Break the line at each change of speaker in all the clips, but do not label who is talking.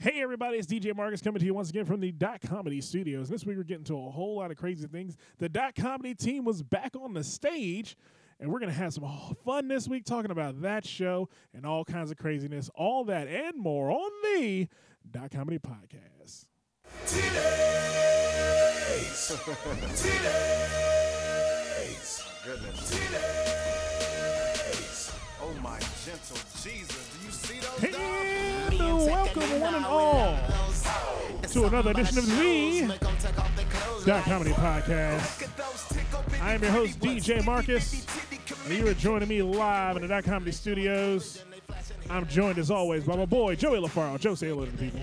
Hey everybody, it's DJ Marcus coming to you once again from the Dot Comedy Studios. And this week we're getting to a whole lot of crazy things. The Dot Comedy team was back on the stage, and we're gonna have some fun this week talking about that show and all kinds of craziness, all that and more on the Dot Comedy Podcast.
Titties! Titties!
Oh, goodness.
Titties!
Oh my gentle Jesus. Do you see those?
And
dogs?
welcome one and all to another edition of the Dot Comedy Podcast. I am your host, DJ Marcus, and you are joining me live in the Dot Comedy Studios. I'm joined as always by my boy Joey LaFaro. Joe, say hello to the people.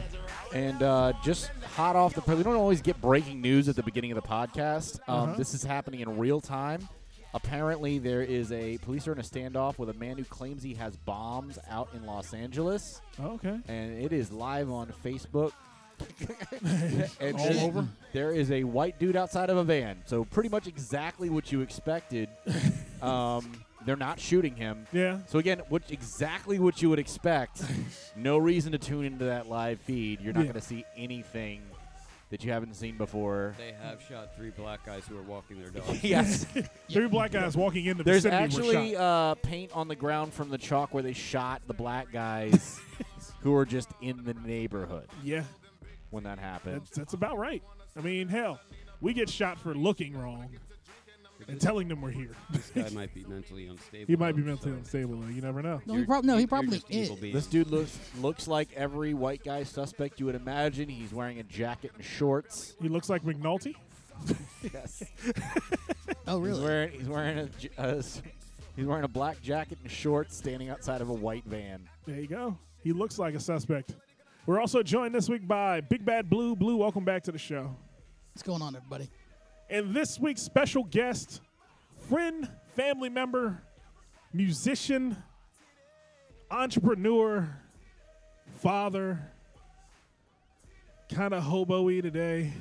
And uh, just hot off the press, we don't always get breaking news at the beginning of the podcast. Um, This is happening in real time. Apparently, there is a police are in a standoff with a man who claims he has bombs out in Los Angeles,
Okay.
and it is live on Facebook. and
All
just-
over?
There is a white dude outside of a van, so pretty much exactly what you expected. um, they're not shooting him.
Yeah.
So again, which exactly what you would expect. no reason to tune into that live feed. You're not
Yeah.
going to see anything that you haven't seen before.
They have shot three black guys who are walking their dogs.
yes.
Three black guys walking in the
There's
vicinity were
actually
shot.
uh, paint on the ground from the chalk where they shot the black guys who are just in the neighborhood
yeah,
when that happened.
that's, that's about right. I mean, hell, we get shot for looking wrong and telling them we're here.
This guy might be mentally unstable.
He might be
though,
mentally
so
unstable. though. You never know.
No, he
you're-
probably no, he
you're
probably
just
is.
evil being.
This dude looks looks like every white guy suspect you would imagine. He's wearing a jacket and shorts.
He looks like McNulty.
Yes.
Oh,
He's
really?
wearing he's wearing a j- uh, s- he's wearing a black jacket and shorts, standing outside of a white van.
There you go. He looks like a suspect. We're also joined this week by Big Bad Blue. Blue, welcome back to the show.
What's going on, everybody?
And this week's special guest, friend, family member, musician, entrepreneur, father, kind of hobo-y today,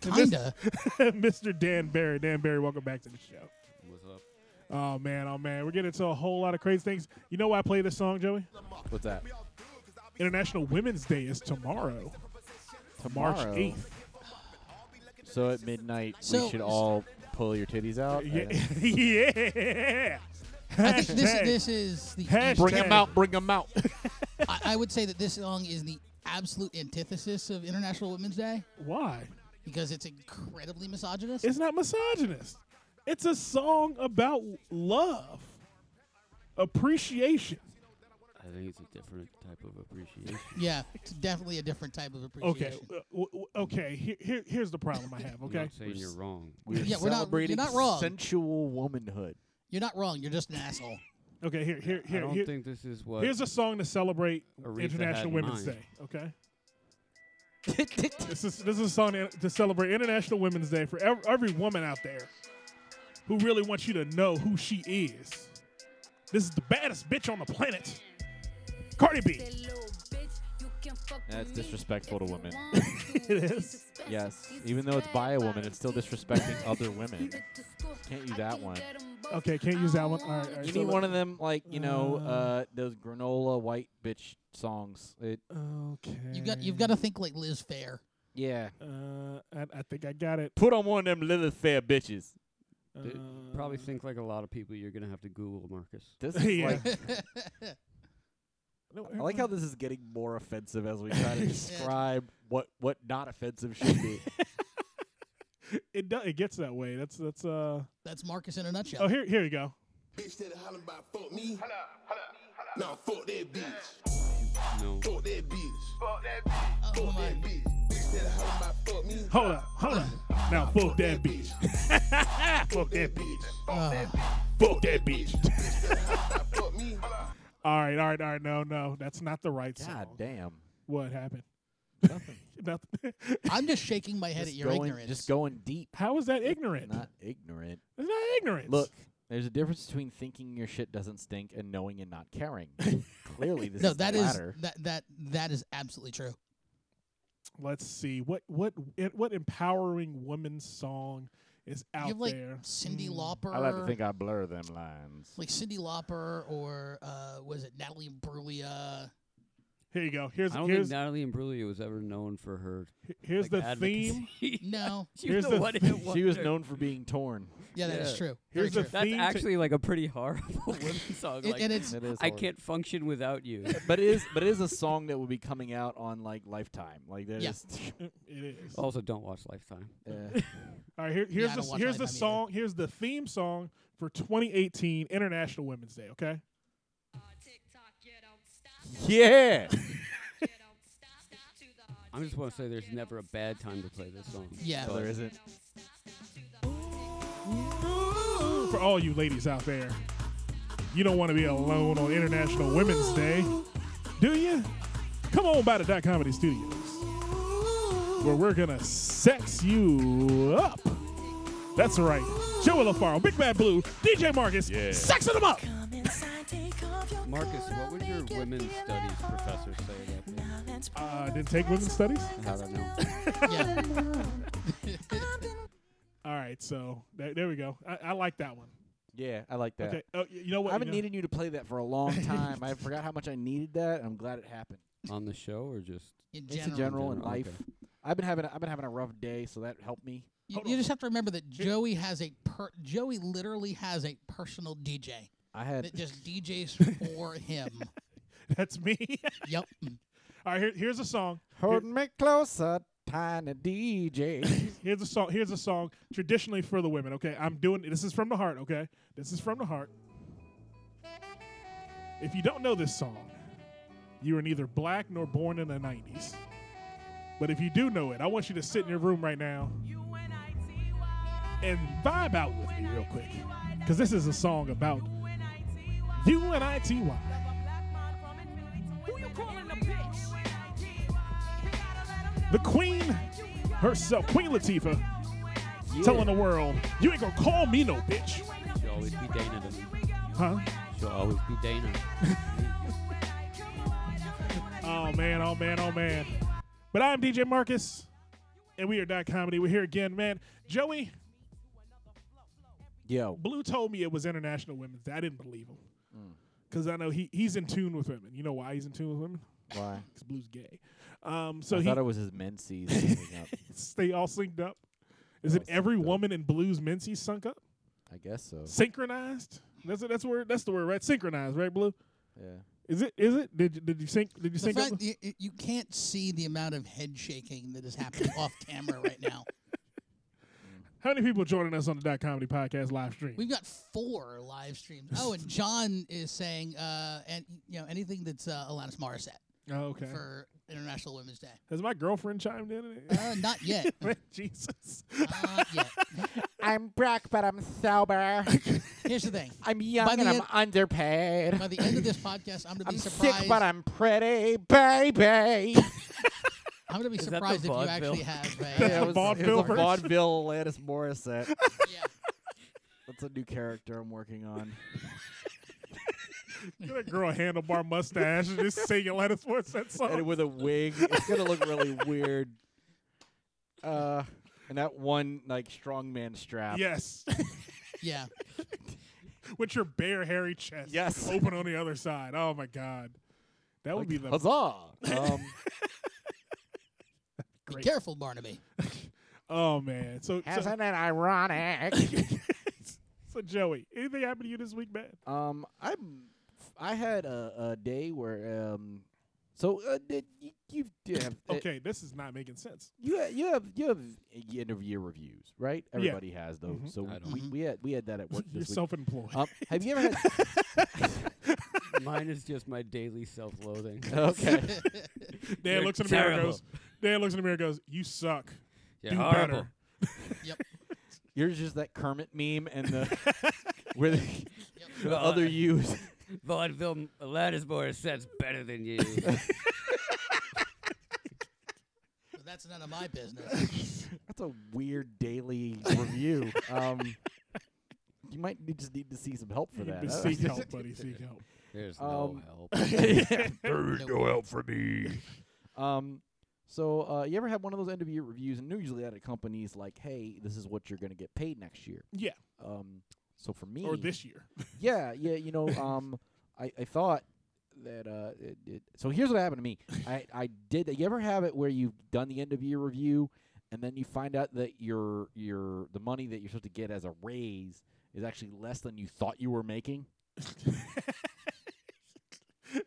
Kinda.
Mr. Dan Barry. Dan Barry, welcome back to the show.
What's up?
Oh, man, oh, man. We're getting into a whole lot of crazy things. You know why I play this song, Joey?
What's that?
International Women's Day is tomorrow,
Tomorrow.
March 8th.
So at midnight,
So-
we should all pull your titties out.
Yeah.
and
yeah.
I think this
Hashtag.
this is the.
Hash-
Bring
Tag.
them out. Bring them out.
I, I would say that this song is the absolute antithesis of International Women's Day
Why?
because it's incredibly misogynist.
It's not misogynist. It's a song about love, appreciation.
I think it's a different type of appreciation.
yeah, it's definitely a different type of
Okay.
appreciation.
uh, w- w- okay. Here, here, here's the problem I have.
I'm
Okay.
not saying you're wrong.
We're
Yeah, we're not-
celebrating
you're not wrong.
sensual womanhood.
You're not wrong. You're just an asshole.
Okay. Here, here,
I
here.
don't
here-
think this is what.
here's a song to celebrate
Aretha had
International
in
Women's
mind.
Day. Okay. this is this is a song to- to celebrate International Women's Day for ev- every woman out there who really wants you to know who she is. This is the baddest bitch on the planet, Cardi B.
That's disrespectful to women.
it
is.
Yes. Even though it's by a woman, it's still disrespecting other women. Can't use that one.
Okay, can't use that one. All right, all right.
You
so
need
let-
one of them, like you know,
Uh,
uh, those granola white bitch songs. It,
Okay.
You've got you've got to think like Liz Fair.
yeah.
Uh, I, I think I got it.
Put on one of them little fair bitches.
Uh,
Th- Probably think like a lot of people. You're gonna have to Google Marcus.
This is
Yeah.
like
No,
I like how this is getting more offensive as we try to describe what what not offensive should be.
it do, it gets that way. That's that's uh.
That's Marcus in a
Oh,
nutshell.
here here you go.
Bitch that hollering about fuck me. Nah, fuck that bitch.
No.
Fuck that bitch. Fuck that
Oh,
bitch. Fuck
my.
that bitch. Bitch that hollering about fuck me.
Hold up, hold up. Now fuck that bitch.
Fuck that bitch.
Uh,
Fuck that bitch.
Bitch that hollering about fuck me.
all right, all right, all right. No, no, that's not the right song.
God damn.
What happened?
Nothing.
Nothing.
I'm just shaking my head
Just
at your
going-
ignorance.
Just going deep.
How is that ignorant?
Not ignorant.
it's not ignorance.
Look, there's a difference between thinking your shit doesn't stink and knowing and not caring. Clearly, this
no,
is
that
the
is
latter.
that that that is absolutely true.
let's see what what it- what empowering women's song is out
you have like
there.
Cindy
Hmm.
Lauper.
I like to think I blur them lines.
like Cindy Lauper or uh, was it Natalie Imbruglia?
Here you go. Here's
I don't
here's
think Natalie Imbruglia was ever known for her
here's
like,
the
advocacy.
theme.
No.
she
Here's
was
the
the one
theme.
hit
She was
wonder.
known for being torn.
Yeah, that is
Yeah.
true.
Here's
Very
the
true.
That's
theme to-
actually like a pretty horrible women's song.
It-
Like,
and it's
It is
I
horrible.
can't function without you.
But it is but it is a song that will be coming out on like Lifetime. Like that
Yeah.
is
It is.
also, don't watch Lifetime.
eh.
All right, here,
Oh, Yeah,
here's
I
the
don't watch
here's the
Lifetime either.
song. Here's the theme song for 2018 International Women's Day. Okay,
Yeah.
I just want to say there's never a bad time to play this song.
Yeah.
No, there isn't.
for all you ladies out there, you don't want to be alone on International Women's Day, do you? Come on by the Dot Comedy Studios, where we're gonna sex you up. That's right. Joey LaFaro, Big Bad Blue, DJ Marcus, sexing them up.
Marcus, what would your women's studies professor say about this?
Uh, didn't take women's studies.
I don't know.
Yeah.
All right, so there, there we go. I, I like that one.
Yeah, I like that.
Okay, oh, y- you know what?
I've been
you know-
needing you to play that for a long time. I forgot how much I needed that, and I'm glad it happened.
On the show or just?
In
Just
general.
Oh, in general in
General,
life.
okay.
I've been having a, I've been having a rough day, so that helped me.
You,
Hold
you
on.
just have to remember that Joey has a per- Joey literally has a personal DJ
I had
that just DJs for him.
That's me.
Yep.
All right, here, here's a song.
hold me closer, tiny DJ.
Here's a song. Here's a song traditionally for the women. Okay, I'm doing this is from the heart. Okay, this is from the heart. If you don't know this song, you are neither black nor born in the '90s. But if you do know it, I want you to sit in your room right now and vibe out with me real quick, because this is a song about you and I T Y. The queen herself, Queen Latifah, telling the world, "You ain't gonna call me no bitch,
She'll always be Dana to me.
huh?"
She'll always be Dana.
Oh man, oh man, oh man. But I'm DJ Marcus, and we are Dot Comedy. We're here again, man. Joey
Yo,
Blue told me it was International Women's Day. I didn't believe him
Mm.
because I know he, he's in tune with women. You know why he's in tune with women?
why?
Because Blue's gay. Um, so
I
he
thought it was his menses. coming up.
stay all synced up. Is it
all synced
every
up.
woman in Blue's menses sunk up?
I guess so.
Synchronized. That's that's word. That's the word, right? Synchronized, right? Blue.
Yeah.
Is it? Is it? Did you, did you sync? Did you
The
sync up?
fact you, you can't see the amount of head shaking that is happening off camera right now.
How many people joining us on the Dot Comedy Podcast live stream?
We've got four live streams. Oh, and John is saying, uh, and you know anything that's uh, Alanis Morissette
oh, okay.
for International Women's Day.
Has my girlfriend chimed in?
Uh, not yet.
Man, Jesus.
Not yet.
I'm Brock, but I'm sober.
Here's the thing.
I'm young
By the
and I'm
end-
underpaid.
By the end of this podcast, I'm gonna be
I'm
surprised.
sick, but I'm pretty, baby.
I'm gonna be
that the
surprised if you
vaudeville?
actually have a.
That's a vaudeville version.
vaudeville Alanis Morissette.
yeah.
That's a new character I'm working on.
Get that girl a handlebar mustache and just sing Alanis Morissette
and
song.
with a wig. It's gonna look really weird. Uh, and that one like strongman strap.
Yes.
Yeah.
With your bare, hairy chest.
Yes.
Open on the other side. Oh, my God. That would be the.
Huzzah! Um,
Be
Great.
careful, Barnaby.
Oh, man. So, so,
it ironic?
so, Joey, anything happened to you this week, man?
um, I I had a, a day where um, so uh, did you, you do have uh,
Okay, this is not making sense.
you ha- you have you have y- end of year reviews, right? Everybody has those.
Mhm.
So
Mm-hmm. I don't.
we, we had we had that at work
You're
this week.
self employed.
Um, have you ever had?
Mine is just my daily self-loathing.
okay.
Dan
you're
looks in the mirror and
terrible.
goes, Dan looks in the mirror and goes, You suck.
Yeah,
Do
horrible.
better.
Yep.
Yours is that Kermit meme and the where the, the
Well,
other
I-
U's.
Vaudeville Alanis Morissette's better than you.
But that's none of my business.
That's a weird daily review. Um, you might need, just need to see some help for
You
that.
need to
Uh,
Seek help, buddy. Seek help.
There's
Um,
no help.
There's no help
for me. Um, so uh, you ever had one of those end of year reviews? And usually at a company's like, "Hey, this is what you're going to get paid next year."
Yeah.
Um, so for me,
Or this year.
yeah, yeah, you know, um, I, I thought that uh, it, it, so here's what happened to me. I I did. You ever have it where you've done the end of year review, and then you find out that your your the money that you're supposed to get as a raise is actually less than you thought you were making?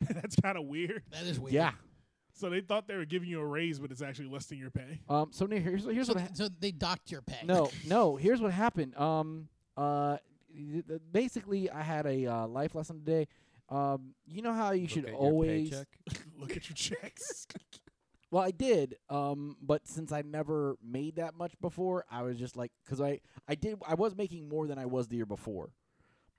That's kind of weird.
That is weird.
Yeah.
So they thought they were giving you a raise, but it's actually less than your pay.
Um. So now here's here's
So,
what. ha-
so they docked your pay.
no, no. Here's what happened. Um, uh, y- th- basically, I had a uh, life lesson today. Um, you know how you should
Look at your
always.
paycheck.
Look at your checks.
Well, I did. Um, but since I never made that much before, I was just like, because I I did I was making more than I was the year before,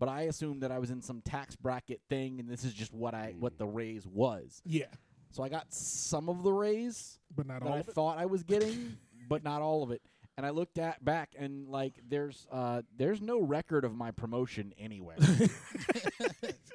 but I assumed that I was in some tax bracket thing, and this is just what I what
Hmm.
the raise was.
yeah,
So I got some of the raise,
but not
that
all.
I
of it.
thought I was getting, but not all of it. And I looked at back and like there's uh there's no record of my promotion anywhere.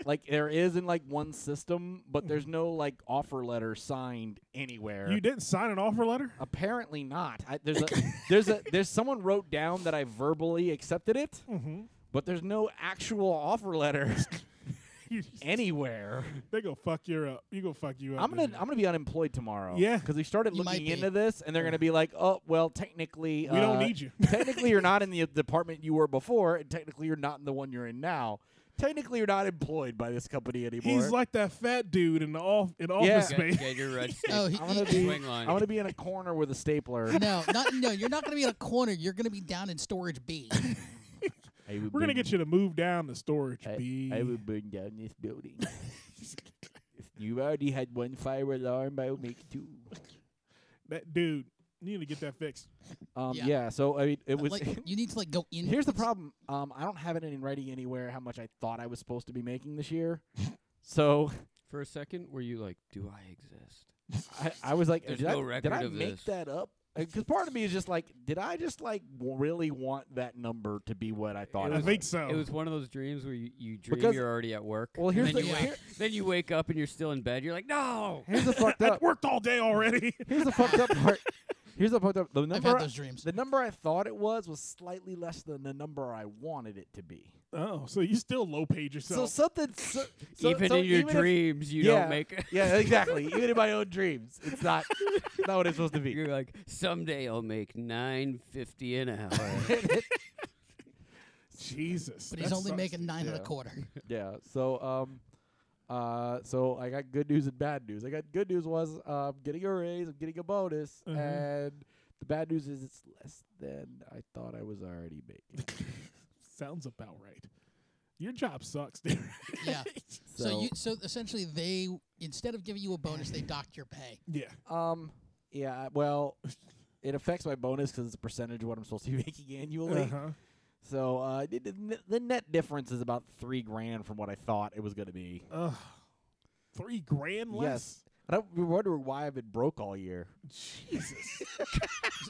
like there is in like one system, but there's no like offer letter signed anywhere.
You didn't sign an offer letter.
Apparently not. I, there's a there's a there's someone wrote down that I verbally accepted it,
Mm-hmm.
but there's no actual offer letter anywhere.
They go fuck you up. You go fuck you up.
I'm gonna
dude.
I'm gonna be unemployed tomorrow.
Yeah.
because they started
You might
looking
be.
into this, and they're gonna be like, oh, well, technically,
we don't
uh,
need you.
technically, you're not in the department you were before, and technically, you're not in the one you're in now. Technically, you're not employed by this company anymore.
He's like that fat dude in the off in office
Yeah.
space.
Get, get your red stick.
Oh, he,
I'm gonna
he-
be
Swing line.
I'm gonna be in a corner with a stapler.
no, not no. You're not going to be in a corner. You're going to be down in storage B.
We're gonna get you to move down to storage B.
I will burn down this building. if you already had one fire alarm, I'll make two.
that dude. You need to get that fixed.
Um,
Yeah.
yeah. So I mean, it was.
like, you need to like go in.
Here's the problem. Um, I don't have it in writing anywhere how much I thought I was supposed to be making this year. So
For a second, were you like, "Do I exist?"
I, I was like,
There's
did
no
I,
record
did I
of
make
this.
that up? Because part of me is just like, did I just like w- really want that number to be what I thought?
It
It
I
was?
was-
think so.
It was one of those dreams where you, you dream
Oh. Because-
you're already at work.
Well,
and
here's
then
the-
you
here-
wake, then you wake up and you're still in bed. You're like, "No."
Here's the fucked
I
up.
worked all day already.
Here's the fucked up part. Here's the fucked up. The
I've
number,
had
I-
those dreams.
the number I thought it was was slightly less than the number I wanted it to be.
oh, so you still low paid
So,
yourself.
something. So, so-
even
so
in your
even if-
dreams, you
yeah,
don't make.
yeah, exactly. even in my own dreams, it's not it's not what it's supposed to be.
You're like, someday I'll make nine fifty an hour.
Jesus.
But he's
that
only
sucks.
making nine and a
Yeah.
quarter.
Yeah. So um, uh, so I got good news and bad news. I got good news was uh, I'm getting a raise, I'm getting a bonus,
Mm-hmm.
Uh-huh.
and the bad news is it's less than I thought I was already making.
Sounds about right. Your job sucks, dude.
Yeah.
so,
So, you so essentially they instead of giving you a bonus, they docked your pay.
yeah.
um, yeah. Well, it affects my bonus because it's a percentage of what I'm supposed to be making annually.
Uh-huh.
So uh, the- the, the net difference is about three grand from what I thought it was going to be.
Ugh. Three grand less.
Yes. And I've been wondering why I've been broke all year.
Jesus.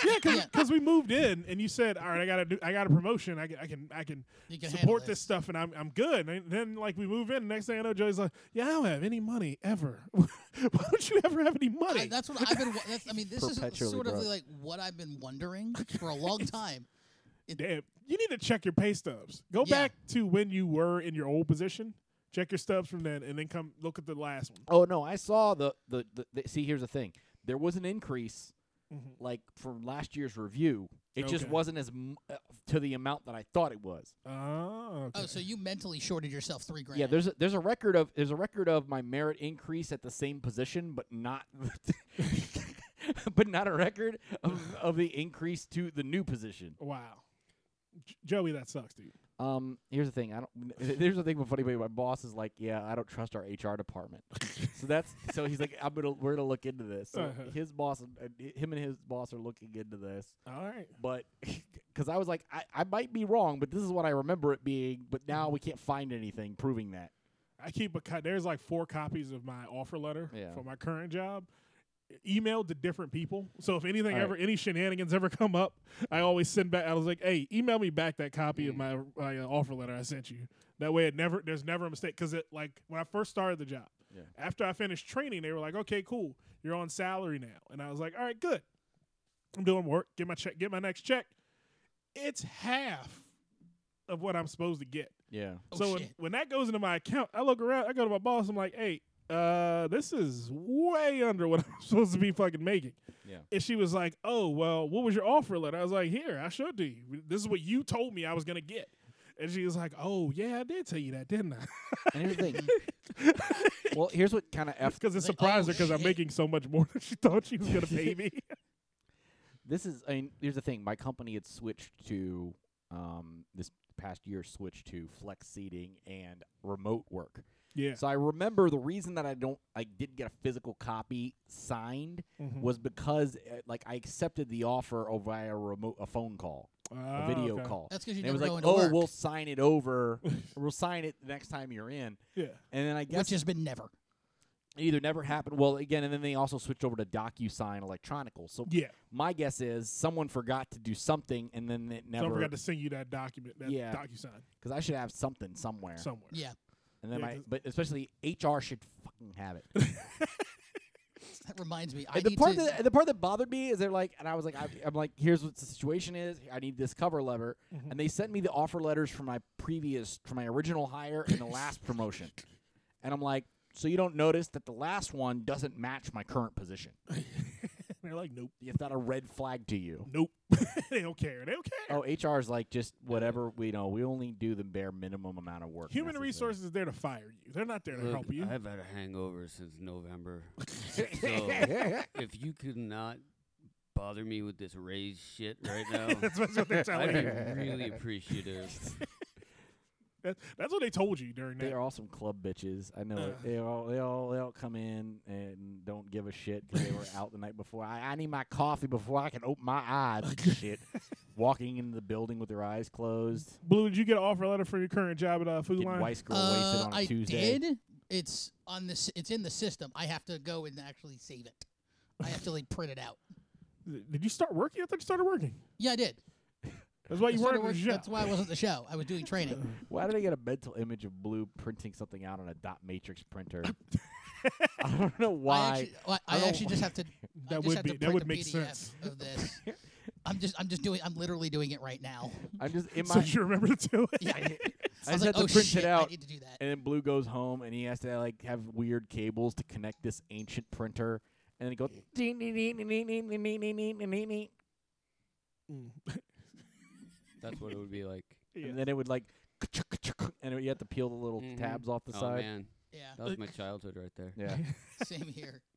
yeah, because
Yeah.
we moved in and you said, all right, I got to do, I got a promotion. I can, I can, I can
You can handle
support this stuff, and I'm, I'm good. And then like we move in, next thing I know, Joey's like, yeah, I don't have any money ever. Why don't you ever have any money?
I, that's what I've been. wa- That's, I mean, this is
Perpetually
sort
broke.
of like what I've been wondering for a long time.
Damn, you need to check your pay stubs. Go
Yeah.
back to when you were in your old position. Check your stubs from then, and then come look at the last one.
Oh no, I saw the the, the, the see. Here's the thing: there was an increase,
Mhm.
like from last year's review. It just
Okay.
wasn't as m- uh, to the amount that I thought it was.
Oh, okay.
Oh, so you mentally shorted yourself three grand.
Yeah, there's a, there's a record of there's a record of my merit increase at the same position, but not. but not a record of, of the increase to the new position.
wow, J- Joey, that sucks, dude.
Um, here's the thing. I don't. There's the thing. with funny, but my boss is like, "Yeah, I don't trust our HR department." so that's so he's like, "I'm gonna we're gonna look into this." So
Uh-huh.
his boss, and- and hi- him and his boss are looking into this,
All right,
but because I was like, I, I might be wrong, but this is what I remember it being. But now we can't find anything proving that.
I keep a cut. There's like four copies of my offer letter
Yeah.
for my current job, e- emailed to different people. So if anything
All
ever, any shenanigans ever come up, I always send back. I was like, "Hey, email me back that copy of my,
Mm.
my uh, offer letter I sent you." That way, it never there's never a mistake. Because it like when I first started the job,
Yeah.
after I finished training, they were like, "Okay, cool, you're on salary now," and I was like, "All right, good. I'm doing work. Get my check. Get my next check. It's half of what I'm supposed to get."
Yeah.
Oh,
so when,
shit.
when that goes into my account, I look around, I go to my boss, I'm like, hey, uh, this is way under what I'm supposed to be fucking making.
Yeah.
And she was like, oh, well, what was your offer letter? I was like, here, I showed you. This is what you told me I was going to get. And she was like, oh, yeah, I did tell you that, didn't I?
And here's the thing. well, here's what kind of f
Because it
Like,
surprised
oh,
her because I'm
shit.
making so much more than she thought she was going to pay me.
this is I mean, here's the thing. My company had switched to um, this past year switched to flex seating and remote work.
yeah.
So I remember the reason that I don't I didn't get a physical copy signed
Mhm.
was because uh, like I accepted the offer over via a remote a phone call, a
Ah,
video
okay.
call.
That's 'cause you
And it was
never
like,
go
"Oh,
into work."
we'll sign it over. we'll sign it the next time you're in."
Yeah.
And then I guess
which has been never.
it either never happened. Well, again, and then they also switched over to DocuSign electronical. So
Yeah.
my guess is someone forgot to do something, and then it
So I
never
forgot to send you that document, that
Yeah.
DocuSign
because I should have something somewhere.
somewhere.
Yeah,
and then
yeah,
my
'cause-
but especially HR should fucking have it.
that reminds me. I
And the
need
part
to,
that the part that bothered me is they're like, and I was like, I, I'm like, here's what the situation is. I need this cover letter,
Mm-hmm.
and they sent me the offer letters from my previous, from my original hire and the last promotion, and I'm like, so you don't notice that the last one doesn't match my current position.
They're like, nope,
Is that a red flag to you?
nope. they don't care. They don't care.
Oh, HR is like just whatever we know. We only do the bare minimum amount of work.
Human
necessary.
resources is there to fire you. They're not there to
Look,
help you.
I've had a hangover since November. so if you could not bother me with this raise shit right now,
That's, that's what they're telling you.
I'd be really appreciative.
That- That's what they told you during
They
that.
are all some club bitches. I know
Uh.
it. They all they all they all come in and don't give a shit because they were out the night before. I, I need my coffee before I can open my eyes. and shit, walking into the building with their eyes closed,
Blue, did you get an offer letter for your current job at uh, Food
getting
Line?
Weiss girl wasted
uh,
on a
I
Tuesday.
did. It's on this. It's in the system. I have to go and actually save it. I have to like print it out.
Did you start working? I thought you started working.
Yeah, I did.
That's why
I
you
started
weren't at
working-
the job.
That's why I wasn't at the show. I was doing training.
Why did I get a mental image of Blue printing something out on a dot matrix printer? I don't know why.
I actually, I, I
don't-
actually just have to. I
That
just
would
have
be-
to
that
print
would
a
make
PDF
sense.
Of this, I'm just, I'm just doing, I'm literally doing it right now.
I'm just in
So
my.
did you remember to do it?
Yeah.
I, I
I was
just
like,
had to
oh
print
shit,
it out.
I need to do that.
And then Blue goes home and he has to like have weird cables to connect this ancient printer. And then he
Eh.
goes ding ding ding ding ding ding ding ding ding ding ding ding.
That's what it would be like.
Yeah.
And then it would like ka-chuk, ka-chuk, and you have to peel the little
Mhm.
tabs off the
oh
side.
man,
Yeah,
that was my childhood right there.
Yeah.
same here.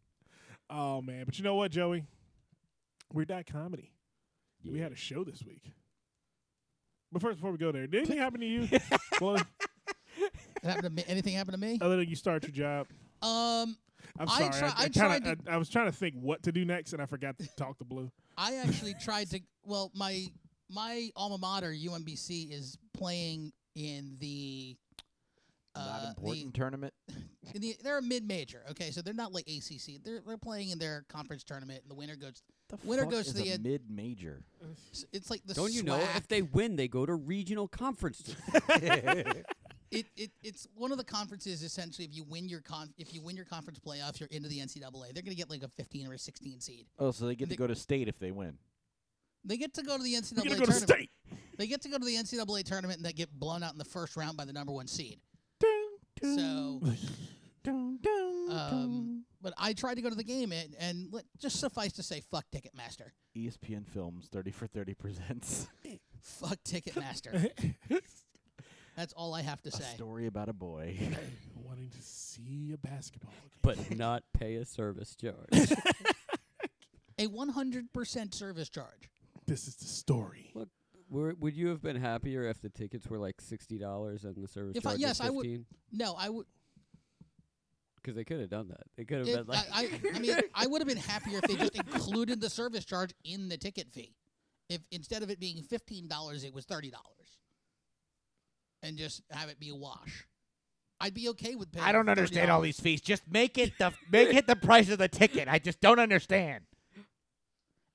Oh man, but you know what, Joey? We're dot comedy. We had a show this week. But first, before we go there, did anything happen to you? Blue,
It happened to me. Anything happened to me?
other than you start your job,
Um,
I'm sorry.
I try-
I,
I
kinda,
tried to-
I, I was trying to think what to do next, and I forgot to talk to Blue.
I actually tried to. Well, my my alma mater, UMBC, is playing in the.
Not
Uh, the,
important tournament.
in the, they're a mid major, okay, so they're not like ACC. They're they're playing in their conference tournament, and the winner goes.
The
winner
fuck
goes
is
to the
a
ed-
mid major.
It's like the
Don't you know
SWAC.
if they win, they go to regional conference?
it, it it's one of the conferences essentially if you win your con if you win your conference playoffs you're into the NCAA they're gonna get like a 15 or a 16 seed
Oh, so they get to
They-
go to state if they win.
they get to go to the NCAA
We're gonna go
tournament
to state.
they get to go to the NCAA tournament and they get blown out in the first round by the number one seed so um, but I tried to go to the game and, and let, just suffice to say fuck Ticketmaster
ESPN Films 30 for 30 presents
fuck Ticketmaster that's all I have to
a
say
story about a boy.
Wanting to see a basketball game.
but not pay a service charge.
a 100% service charge
this is the story.
Look, were, would you have been happier if the tickets were like sixty dollars and the service
If I-
charge
yes, I
was
would-
fifteen?
no I would
Because they could have done that. They could have
It-
been like,
I, I, I mean, I would have been happier if they just included the service charge in the ticket fee. If instead of it being fifteen dollars, it was thirty dollars, and just have it be a wash. I'd be okay with paying. $30.
these fees. Just make it the make it the price of the ticket. I just don't understand.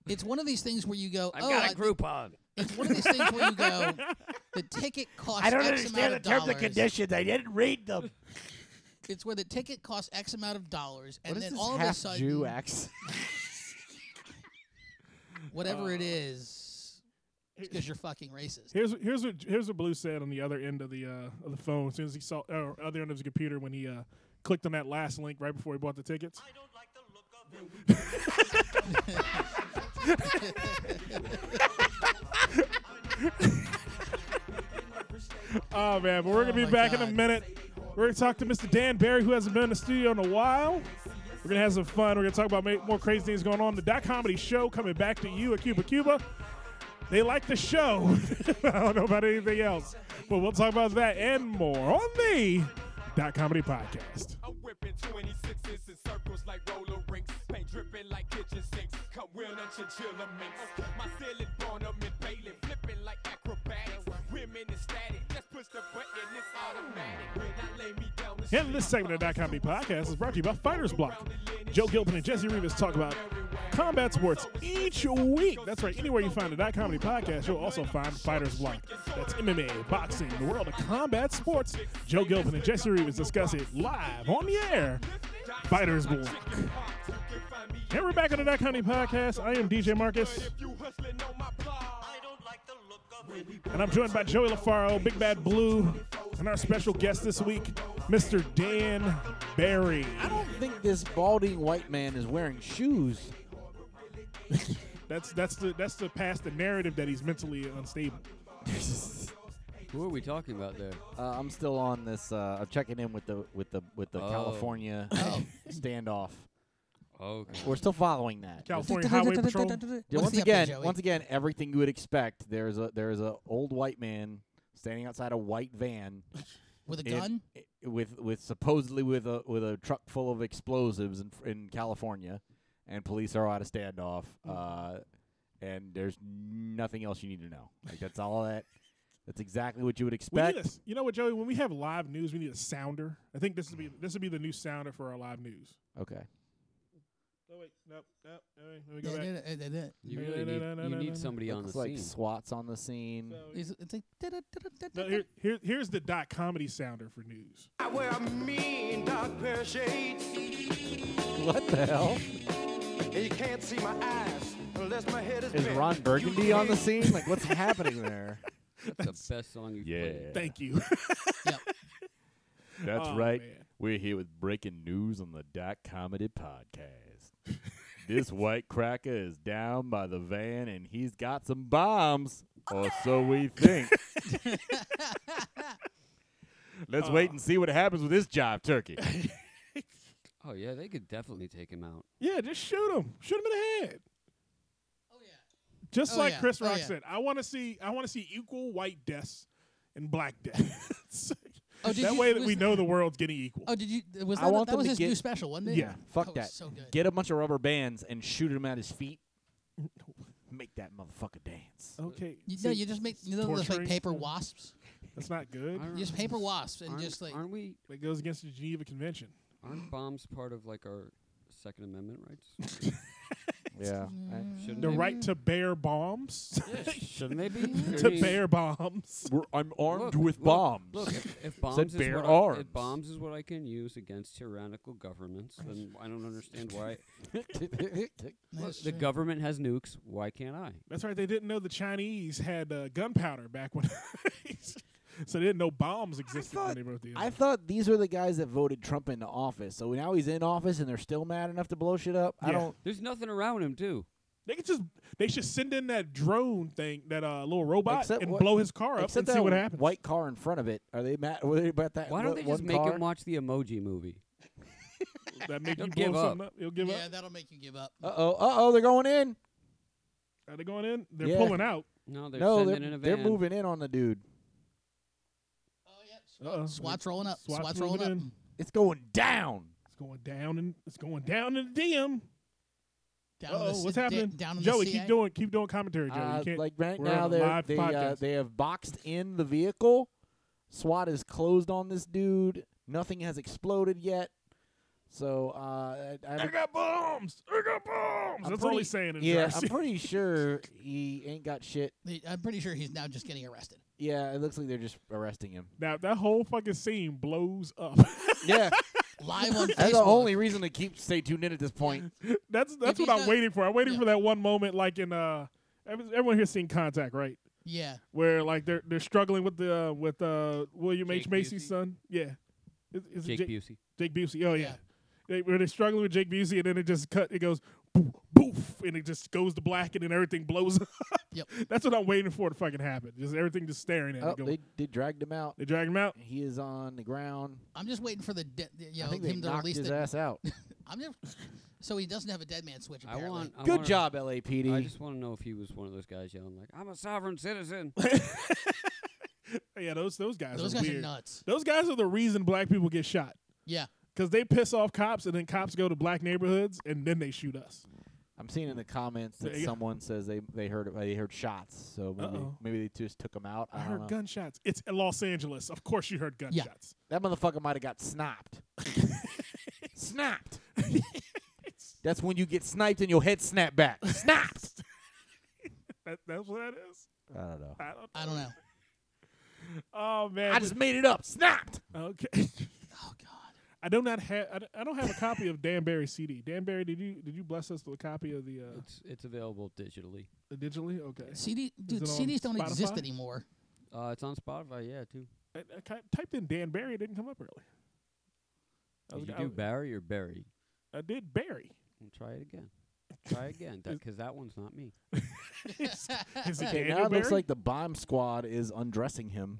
It's one of these things where you go, oh, I-
Groupon.
it's one of these things where you go, the ticket costs. X amount of dollars.
I didn't read them.
It's where the ticket costs X amount of dollars, and
what is
then
this
all
half
of a sudden,
Jew accent?
whatever
Uh,
it is, because you're fucking racist.
Here's here's what here's what Blue said on the other end of the uh, of the phone as soon as he saw or other end of his computer when he uh, clicked on that last link right before he bought the tickets. Oh man, but we're gonna be
Oh, my
back in a
God.
minute. We're gonna talk to Mr. Dan Barry, who hasn't been in the studio in a while. We're gonna have some fun. We're gonna talk about ma- more crazy things going on. The Dot Comedy Show coming back to you at Cuba Cuba. They like the show. I don't know about anything else, but we'll talk about that and more on the Dot Comedy Podcast.
I'm whipping 26s in circles like roller rinks. Paint dripping like kitchen sinks. Come wheel and chinchilla minks. My ceiling born up in Bailey. Flipping like acrobatics. Women is static. Just push the button, it's automatic. When I lay me down, the
And this segment of the Dot Comedy Podcast is brought to you by Fighters Block. Joe Gilpin and Jesse Rivas talk about combat sports each week. That's right, anywhere you find the Dot Comedy Podcast, you'll also find Fighters Block. That's MMA, boxing, the world of combat sports. Joe Gilpin and Jesse Rivas discuss it live on the air. Fighters Block. And we're back on the Dot Comedy Podcast. I am DJ Marcus,
you hustling on my block.
and I'm joined by Joey LaFaro, Big Bad Blue, and our special guest this week, Mr. Dan Barry.
I don't think this balding white man is wearing shoes.
That's that's the that's the past the narrative that he's mentally unstable.
Who are we talking about there?
Uh, I'm still on this. Uh, I'm checking in with the with the with the
Oh.
California standoff.
Okay.
We're still following that.
California Highway Patrol.
Yeah,
What's
once
the update,
again,
Joey?
once again, everything you would expect. There's a there's a old white man standing outside a white van
with a
in-
gun.
i- with with supposedly with a with a truck full of explosives in, in California, and police are at a standoff. Uh, and there's nothing else you need to know. Like that's all that. That's exactly what you would
We need
expect.
a s- you know what, Joey? When we have live news, we need a sounder. I think this would be this would be the new sounder for our live news.
Okay.
Oh wait, nope, nope. all right, let me
Yeah,
go back.
yeah, yeah, yeah, yeah.
You
No,
really
no,
need,
no, no,
you
no,
need
no.
somebody on
Looks
the
like
scene.
SWAT's on the scene.
So,
It's, it's like
no, here, here, here's the dot comedy sounder for news.
I wear a mean dark pair of shades.
What the hell?
And you can't see my eyes unless my head is,
Is
bent.
Ron
You
Burgundy on the
can't
scene? Like what's happening there?
That's the best song you've played.
Thank you.
That's
Oh,
right.
man.
We're here with breaking news on the Dot Comedy Podcast. this white cracker is down by the van and he's got some bombs, or so we think. Let's wait
Uh.
and see what happens with this job, turkey.
Oh yeah, they could definitely take him out.
yeah, just shoot him. Shoot him in the head.
Oh yeah.
Just
Oh,
like
yeah.
Chris
Oh,
Rock
yeah.
said, I want to see I want to see equal white deaths and black deaths.
Oh, did
that
you-
way that
was
we
th-
know the world's getting equal.
Oh, did you? Was
I
that,
want
that
them
was
to
his new
get-
special, wasn't it?
Yeah,
that
Fuck
was
that.
so good.
Get a bunch of rubber bands and shoot him at his feet. Make that motherfucker dance.
okay.
you,
see,
no, you just make you know those
torturing
like paper
someone.
wasps.
that's not good.
Aren't-
Just paper wasps and
aren't-
just like
aren't we
That goes against the Geneva Convention.
aren't bombs part of like our Second Amendment rights?
Yeah.
The
Mm-hmm.
Shouldn't they be?
right to bear bombs.
Shouldn't they be? I
to
mean,
bear bombs.
I'm armed
look,
with
look,
bombs.
Look, if, if bombs is
bear
what I,
arms.
if bombs is what I can use against tyrannical governments, then I don't understand why Look,
that's
the
true.
government has nukes. Why can't I?
That's right. They didn't know the Chinese had uh, gunpowder back when. so they didn't know bombs existed when
thought-
they wrote the.
I thought these were the guys that voted Trump into office. So now he's in office and they're still mad enough to blow shit up.
Yeah.
I don't.
There's nothing around him too.
they could just. They should send in that drone thing, that uh, little robot,
Except
and
what-
blow his car up
Except
and
that
see what happens.
white car in front of it. Are they mad? Were they about that?
Why don't
one-
they
Uh, one
just make
car?
him watch the Emoji movie?
that make you
He'll
blow
give up.
something up. He'll give
yeah,
up.
that'll make you give up.
Uh oh! Uh oh! They're going in.
Are they going in? They're
Yeah.
pulling out.
No, they're
no,
sending in
they're,
a
they're
van.
moving in on the dude.
oh yeah,
Uh-oh.
SWAT's rolling up.
SWAT's
SWAT's, rolling up.
moving in.
It's going down.
It's going down and it's going down in the DM.
Down in
Oh,
the C-
what's
da-
happening?
Down in
Joey,
the
keep
CA.
doing keep doing commentary, Joey.
Uh,
you can't,
like right
we're on
now,
a
they're
live
they uh,
podcast.
they have boxed in the vehicle. SWAT is closed on this dude. Nothing has exploded yet. So uh, I, I
They
don't-
got bombs. They got bombs.
I'm
That's all
pretty-
he's saying. In
Yeah,
Jersey.
I'm pretty sure he ain't got shit.
They- I'm pretty sure he's now just getting arrested.
Yeah, it looks like they're just arresting him.
Now that whole fucking scene blows up.
Yeah,
Live on Facebook.
that's the only reason to keep stay tuned in at this point.
that's that's
he's
what I'm
not-
waiting for. I'm waiting
yeah.
for that one moment, like in uh, every- everyone here's seen Contact, right?
Yeah.
Where like they're they're struggling with the uh, with uh William H
Jake
Macy's
Busey.
son. Yeah, Is, is it
Jake Busey.
Jake Busey. Oh yeah.
Yeah.
They, where they're struggling with Jake Busey, and then it just cut. It goes boof, boof, and it just goes to black, and then everything blows up.
Yep.
That's what I'm waiting for to fucking happen. Just everything just staring at.
Oh,
it go,
they,
they,
they dragged him out.
drag him out.
He is on the ground.
I'm just waiting for the de- the- you
I
know
think they
him to
knocked
release
his
the.
ass out.
I'm just, so he doesn't have a dead man switch.
I
Apparently.
want. I
Good
wanna-
job,
I
LAPD.
just want to know if he was one of those guys yelling like, "I'm a sovereign citizen."
Yeah, those those guys.
Those
are
guys
weird.
are nuts.
Those guys are the reason black people get shot
Yeah.
because they piss off cops, and then cops go to black neighborhoods, and then they shoot us.
I'm seeing in the comments that
Yeah.
someone says they, they heard they heard shots, so maybe,
Uh-oh.
maybe they just took him out. I,
I
don't
heard
know.
gunshots. It's in Los Angeles. Of course, you heard gunshots.
That motherfucker might have got snapped. snapped. That's when you get sniped and your head snapped back. Snapped.
That, that's what that is.
I don't know.
I don't.
I don't know.
Oh man.
I just made it up. Snapped.
okay.
Oh God.
I do not have. I don't- I don't have a copy of Dan Barry CD. Dan Barry, did you did you bless us with a copy of the uh,
it's it's available digitally.
digitally? Okay.
CD, dude,
it on
CDs don't exist
Spotify?
anymore.
Uh, it's on Spotify, yeah, too.
I, I ki- typed in Dan Barry. It didn't come up really. I, was
Did you
gonna- I
do
was-
Barry or Barry?
I did Barry.
And try it again. Try again, because that one's not me.
Is it
Okay,
Daniel
now it looks
Barry?
like the bomb squad is undressing him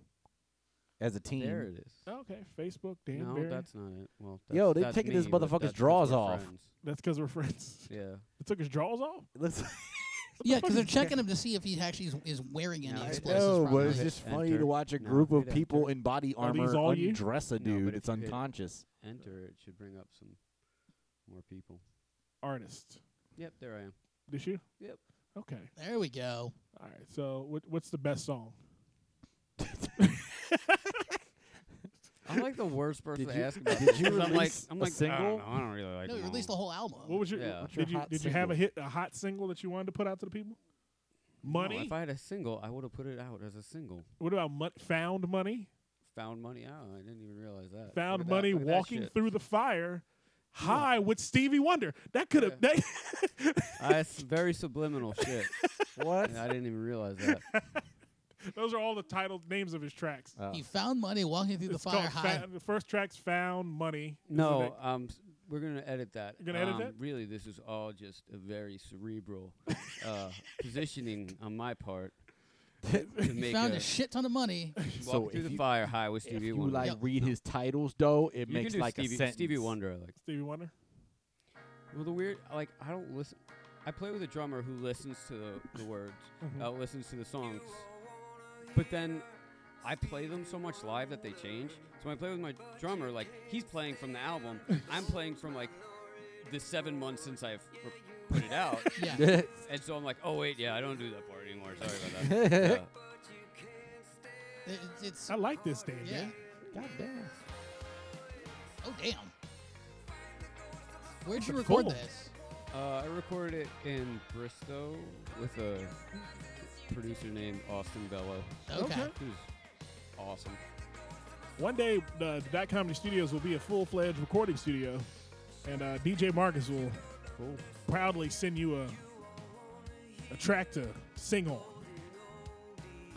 as a team.
There it is.
Okay, Facebook Dan
no,
Barry.
that's not it. Well, that's,
Yo, they
that's
taking this
me, but
motherfucker's
that's 'cause
drawers
we're
off.
friends.
That's because we're friends.
Yeah,
It took his drawers off.
It looks
Yeah,
fuck
because they're
is Dan-
checking him to see if he actually is, is wearing any
No, it-
explosives.
no, but it's
probably.
just funny
Enter.
to watch a
No,
group of
hit
people
enter.
in body
Are these
armor
all you?
undress a
No, but
dude
if
that's
you hit-
unconscious.
enter. It should bring up some more people.
Artist.
Yep, there I am.
Did you?
Yep.
Okay.
there we go.
All right. So what, what's the best song?
I'm like the worst person
Did
to
you-
ask about
did
this,
you
'cause I'm like,
release
I'm
a
like, I
single?
don't know. I don't really like.
No, he
them
released the
all.
whole album.
What was your?
Yeah.
What's your
Did you
hot
did you have a
single?
hit a hot single that you wanted to put out to the people?
No,
Money.
if I had a single, I would have put it out as a single.
what about mon- found money?
Found money out. I didn't even realize that.
found
Look at that-
money
look at that
walking
shit.
through the fire high with Stevie Wonder. That could have that,
Uh, it's very subliminal shit.
What?
And I didn't even realize that.
those are all the title names of his tracks.
Oh.
Uh,
He found money walking through
It's
the fire
called
high.
Fa- the first track's found money. This is
No, um, s- we're gonna edit that.
You're gonna edit
Um,
that?
Really, this is all just a very cerebral uh, positioning on my part to
He
make
found
a
a shit ton of money.
walk
So
through
if
the
you-
fire high with
if
Stevie
you
Wonder.
like
Yep.
read his titles though, it
You can
makes
do
like
Stevie,
a sentence.
Stevie Wonder.
the
Like,
Stevie Wonder.
well, the weird, like, I don't listen. I play with a drummer who listens to the, the words, uh, listens to the songs, but then I play them so much live that they change. So when I play with my drummer, like, he's playing from the album, I'm playing from like the seven months since I've re- put it out.
Yeah.
And so I'm like, oh wait, yeah, I don't do that part anymore. Sorry about that.
It- it's
I like this thing,
yeah.
man.
God damn.
Oh damn. Where'd you record
cool.
this?
Uh, uh, I recorded it in Bristol with a producer named Austin Bello,
Okay.
Okay.
who's awesome.
One day the Dot Comedy Studios will be a full fledged recording studio, and uh, DJ Marcus will proudly send you a a track to sing on.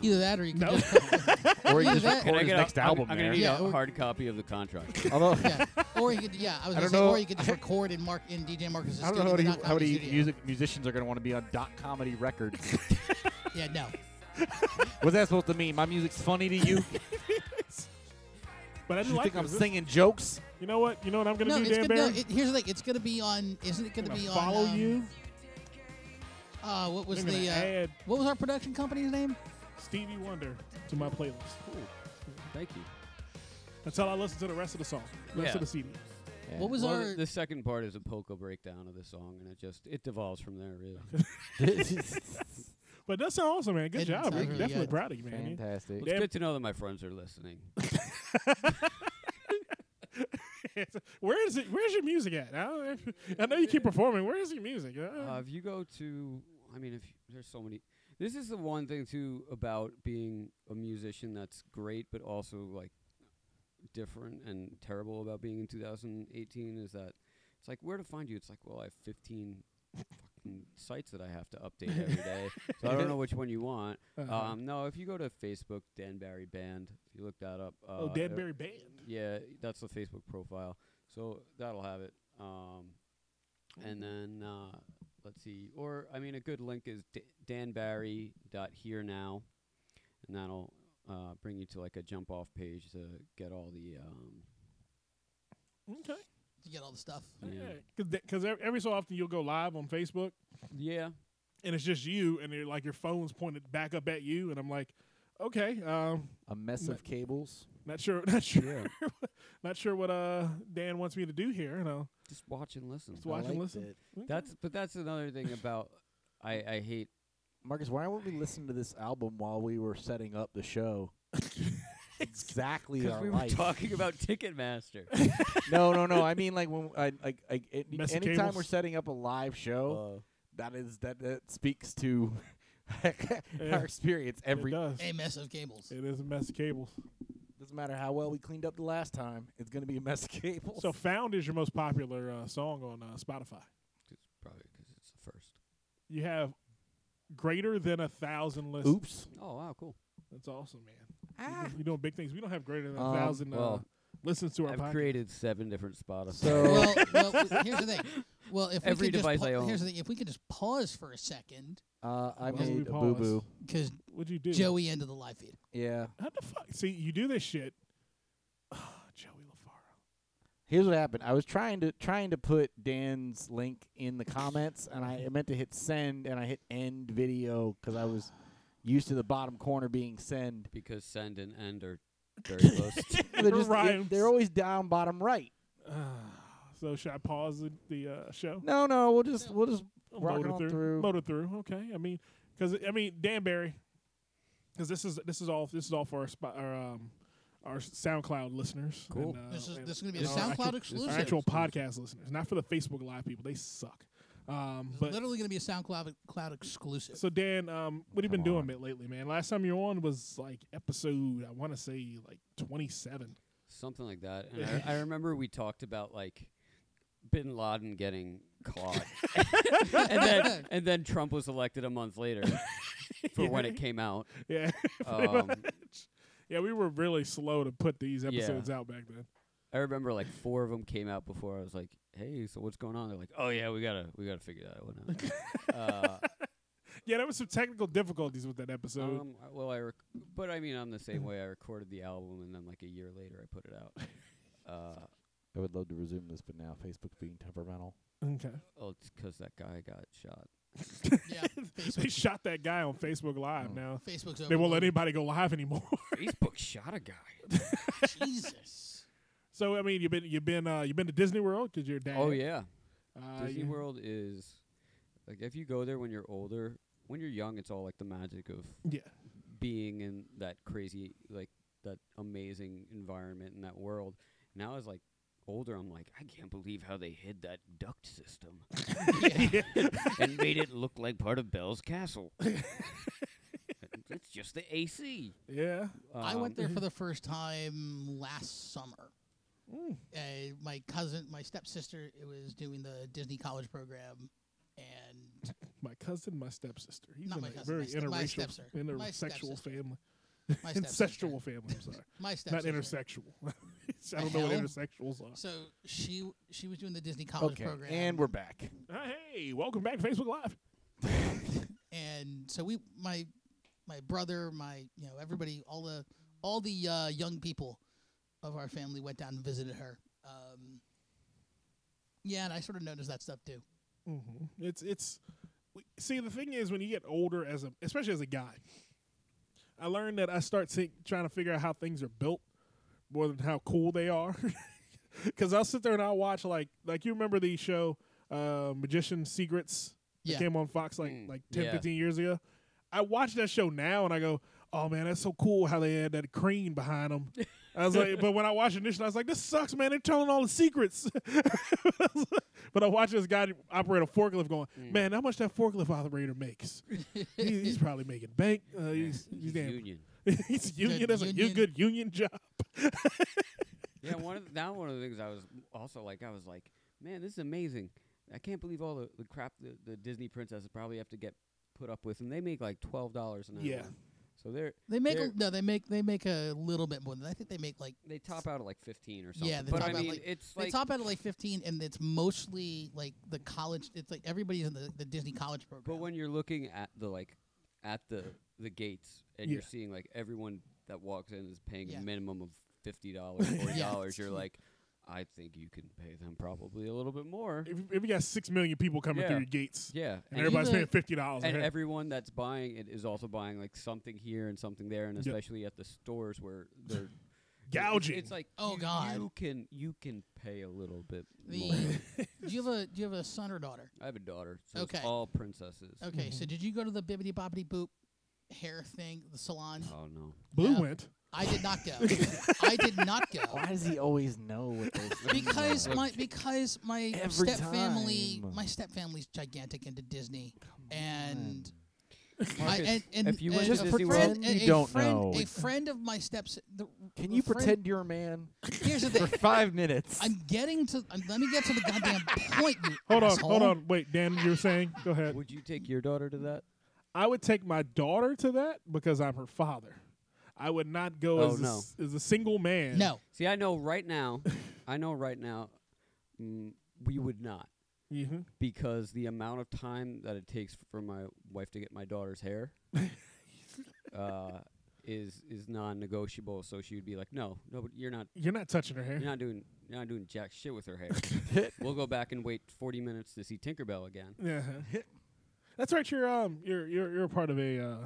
Either that or you can
No.
just
Or he
Either
just
that- Can
recorded his next album
I'm,
there.
gonna need
Yeah,
a
or-
hard copy of the contract.
Although
yeah. Or you could yeah, I was
I
gonna
don't
say
know.
or you could just record in Mark in DJ Marcus's
I don't know
studio,
how many,
not
how many
Comedy Studio.
music musicians are going to want to be on dot comedy records.
Yeah, no.
What's that supposed to mean? My music's funny to you?
But I do
you
like
think I'm
this. This-
singing jokes?
You know what? You know what I'm gonna
No,
do,
it's
Dan
gonna, no
Barry?
it, here's the thing, it's gonna be on isn't it gonna
I'm
be
gonna
on
follow
um,
you.
uh what was
I'm gonna
the uh,
add-
what was our production company's name?
Stevie Wonder to my playlist.
Cool. Thank you.
Until I listen to the rest of the song, rest
Yeah.
of the CD.
What was
Well,
our
the second part is a polka breakdown of the song, and it just it devolves from there. Really.
But that sounds awesome, man. Good
It
job.
sounds
man.
really
Definitely
good.
proud of you, man.
Fantastic.
Well,
Damn.
it's good to know that my friends are listening.
Where is it? Where's your music at? I, don't- I know you keep performing. Where is your music? Uh,
Uh, if you go to, I mean, if there's so many. This is the one thing too about being a musician that's great, but also like different and terrible about being in 2018 is that it's like where to find you. It's like, well, I have 15 fucking fucking sites that I have to update every day, so I don't know which one you want.
Uh-huh.
Um, no, if you go to Facebook, Danbury Band, if you look that up. Uh,
oh,
there-
Danbury Band.
Yeah, that's the Facebook profile. So that'll have it. Um, and then uh, let's see. Or I mean, a good link is d- danbarry.here now, and that'll uh, bring you to like a jump off page to get all the. Um,
Okay.
to get all the stuff.
yeah.
Because every so often you'll go live on Facebook
yeah.
and it's just you and they're like your phone's pointed back up at you and I'm like, okay, um,
A mess
Ma-
of cables.
not sure, not sure, not sure what uh Dan wants me to do here. uh, You know,
Just watch and listen.
just watch
I
and
liked
listen.
it.
Okay.
That's but that's another thing about I I hate
Marcus, why weren't we listening to this album while we were setting up the show? exactly
because
our
we were
life.
talking about Ticketmaster.
no, no, no. I mean, like when I like I, it,
Messy
anytime
cables.
we're setting up a live show,
Uh,
that is that, that speaks to
Yeah.
our experience every.
it does.
A mess of cables.
It is a mess of cables.
Doesn't matter how well we cleaned up the last time. It's gonna be a mess of cables.
So, "Found" is your most popular uh, song on uh, Spotify.
it's probably because it's the first.
You have greater than a thousand listens.
oops.
Oh wow, cool.
That's awesome, man. You're doing- You're doing big things. We don't have greater than a
Um,
thousand uh,
well,
listens to our
I've
podcast.
created seven different Spotify.
So
well, well, here's the thing. Well, if
Every
we could
device
just
I
pa-
own.
here's the thing. If we could just pause for a second,
uh,
Why
I
don't we
made a boo
pause?
boo.
because
What'd you do,
Joey ended the live feed.
Yeah.
How the fuck? See, you do this shit. Joey LaFaro.
Here's what happened. I was trying to trying to put Dan's link in the comments, and I meant to hit send, and I hit end video because I was used to the bottom corner being send.
because send and end are very close.
They're, just-
Rhymes.
they're always down bottom right.
So should I pause the, the uh, show?
No, no, we'll just we'll just
I'll
rock
motor
on through.
Motor through. Okay. I mean, because I mean Danbury, because this is this is all this is all for our spot, our um our SoundCloud listeners.
Cool.
and, uh,
This is
and
this is gonna be a
and our
SoundCloud
actual-
exclusive.
Our actual podcast listeners, not for the Facebook Live people. They suck. Um,
This is
but
literally gonna be a SoundCloud cloud exclusive.
So Dan, um, what have you been
Come
doing bit lately, man? Last time you were on was like episode, I want to say like twenty seven.
Something like that. And I, I remember we talked about like Bin Laden getting caught, and then and then Trump was elected a month later for when it came out.
Yeah, pretty
Um,
much. yeah, we were really slow to put these episodes out back then.
I remember like four of them came out before I was like, "Hey, so what's going on?" They're like, "Oh yeah, we gotta we gotta figure that one out." uh,
Yeah, there was some technical difficulties with that episode.
um, I- well, I rec- but I mean, I'm the same way. I recorded the album, and then like a year later, I put it out. Uh,
I would love to resume this, but now Facebook's being temperamental.
okay,
oh, it's 'cause that guy got shot.
yeah,
they
Facebook,
shot that guy on Facebook Live. Now
Facebook's
they won't let
overloaded.
anybody go live anymore.
Facebook shot a guy.
Jesus.
so I mean, you've been you've been uh, you've been to Disney World because your dad.
Oh yeah,
uh,
Disney
you-
World is like if you go there when you're older. When you're young, it's all like the magic of
Yeah,
being in that crazy, like that amazing environment in that world. Now as like older, I'm like, I can't believe how they hid that duct system and made it look like part of Bell's Castle. it's just the AC.
yeah.
I
Um,
went there for the first time last summer. Uh, my cousin, my stepsister, it was doing the Disney college program, and
My cousin, my stepsister. He's
Not
in
my
a
cousin, my
very
step- my
interracial,
stepsister. My
intersexual
stepsister.
family.
my stepsister,
Incestual family. I'm sorry.
my
not
stepsister,
intersexual. I don't know what
hell?
intersexuals are.
So she she was doing the Disney college
Okay,
program,
and we're back.
Ah, hey, welcome back to Facebook Live.
and so we my my brother my you know everybody all the all the uh, young people of our family went down and visited her um, yeah and i sort of noticed that stuff too
It's it's. we- See, the thing is, when you get older, as a especially as a guy, I learned that I start see, trying to figure out how things are built more than how cool they are. Because I'll sit there and I'll watch like like you remember the show uh, Magician Secrets that
Yeah.
came on Fox like
Mm,
like 10,
yeah.
15 years ago. I watch that show now and I go, oh man, that's so cool how they had that cream behind them. I was like, but when I watched initially, I was like, this sucks, man. They're telling all the secrets. but I watched this guy operate a forklift going,
Mm.
man, how much that forklift operator makes? He- he's probably making bank. Uh, he's, he's,
he's
damn-
union.
he's union. That's a u-
union.
good union job.
yeah, one of the, now one of the things I was also like, I was like, man, this is amazing. I can't believe all the, the crap the, the Disney princesses probably have to get put up with, and they make like twelve dollars an hour.
Yeah.
So they're
They make a,
They're-
no, they make they make a little bit more than I think they make like
they top out at like fifteen or something.
Yeah, they
but
top
I
out,
mean,
like-
it's
they
like
top out at like fifteen, and it's mostly like the college. It's like everybody's in the, the Disney college program.
But when you're looking at the like at the the gates and you're
Yeah.
seeing like everyone that walks in is paying
Yeah.
a minimum of fifty dollars, forty dollars, you're
Yeah.
like, I think you can pay them probably a little bit more.
If, if you got six million people coming
Yeah.
through your gates,
Yeah,
and,
and,
everybody's
even-
paying fifty dollars,
and everyone that's buying it is also buying like something here and something there, and
Yep.
especially at the stores where they're
gouging.
It's like
Oh,
you-
God.
you can you can pay a little bit more.
the do you have a do you have a son or daughter?
I have a daughter, so
Okay.
it's all princesses.
Okay, so did you go to the bibbity bobbity boop hair thing, the salon?
Oh no.
Blue
Yeah.
went.
I did not go. I did not go
Why does he always know what those things
because
are?
my because my
Every
step family
time.
my step family's gigantic into Disney and. I,
Marcus,
and, and,
if you went
and
to
a
Disney
friend-
World-
a-
You
a
don't
friend-
know.
A friend of my steps. The,
Can
a
you
friend-
pretend you're a man
Here's the
for
thing.
five minutes?
I'm getting to. I'm, let me get to the goddamn point. You
Hold on,
asshole.
hold on. Wait, Dan, you were saying? Go ahead.
Would you take your daughter to that?
I would take my daughter to that because I'm her father. I would not go
Oh,
as, a,
no.
s- as a single man.
No,
See, I know right now, I know right now, mm, we would not
hmm
because the amount of time that it takes for my wife to get my daughter's hair uh, is is non-negotiable. So she would be like, "No, no, but you're not.
You're not touching her hair.
You're not doing. You're not doing jack shit with her hair. we'll go back and wait 40 minutes to see Tinkerbell again."
Yeah. That's right. You're um. You're you're you're a part of a uh,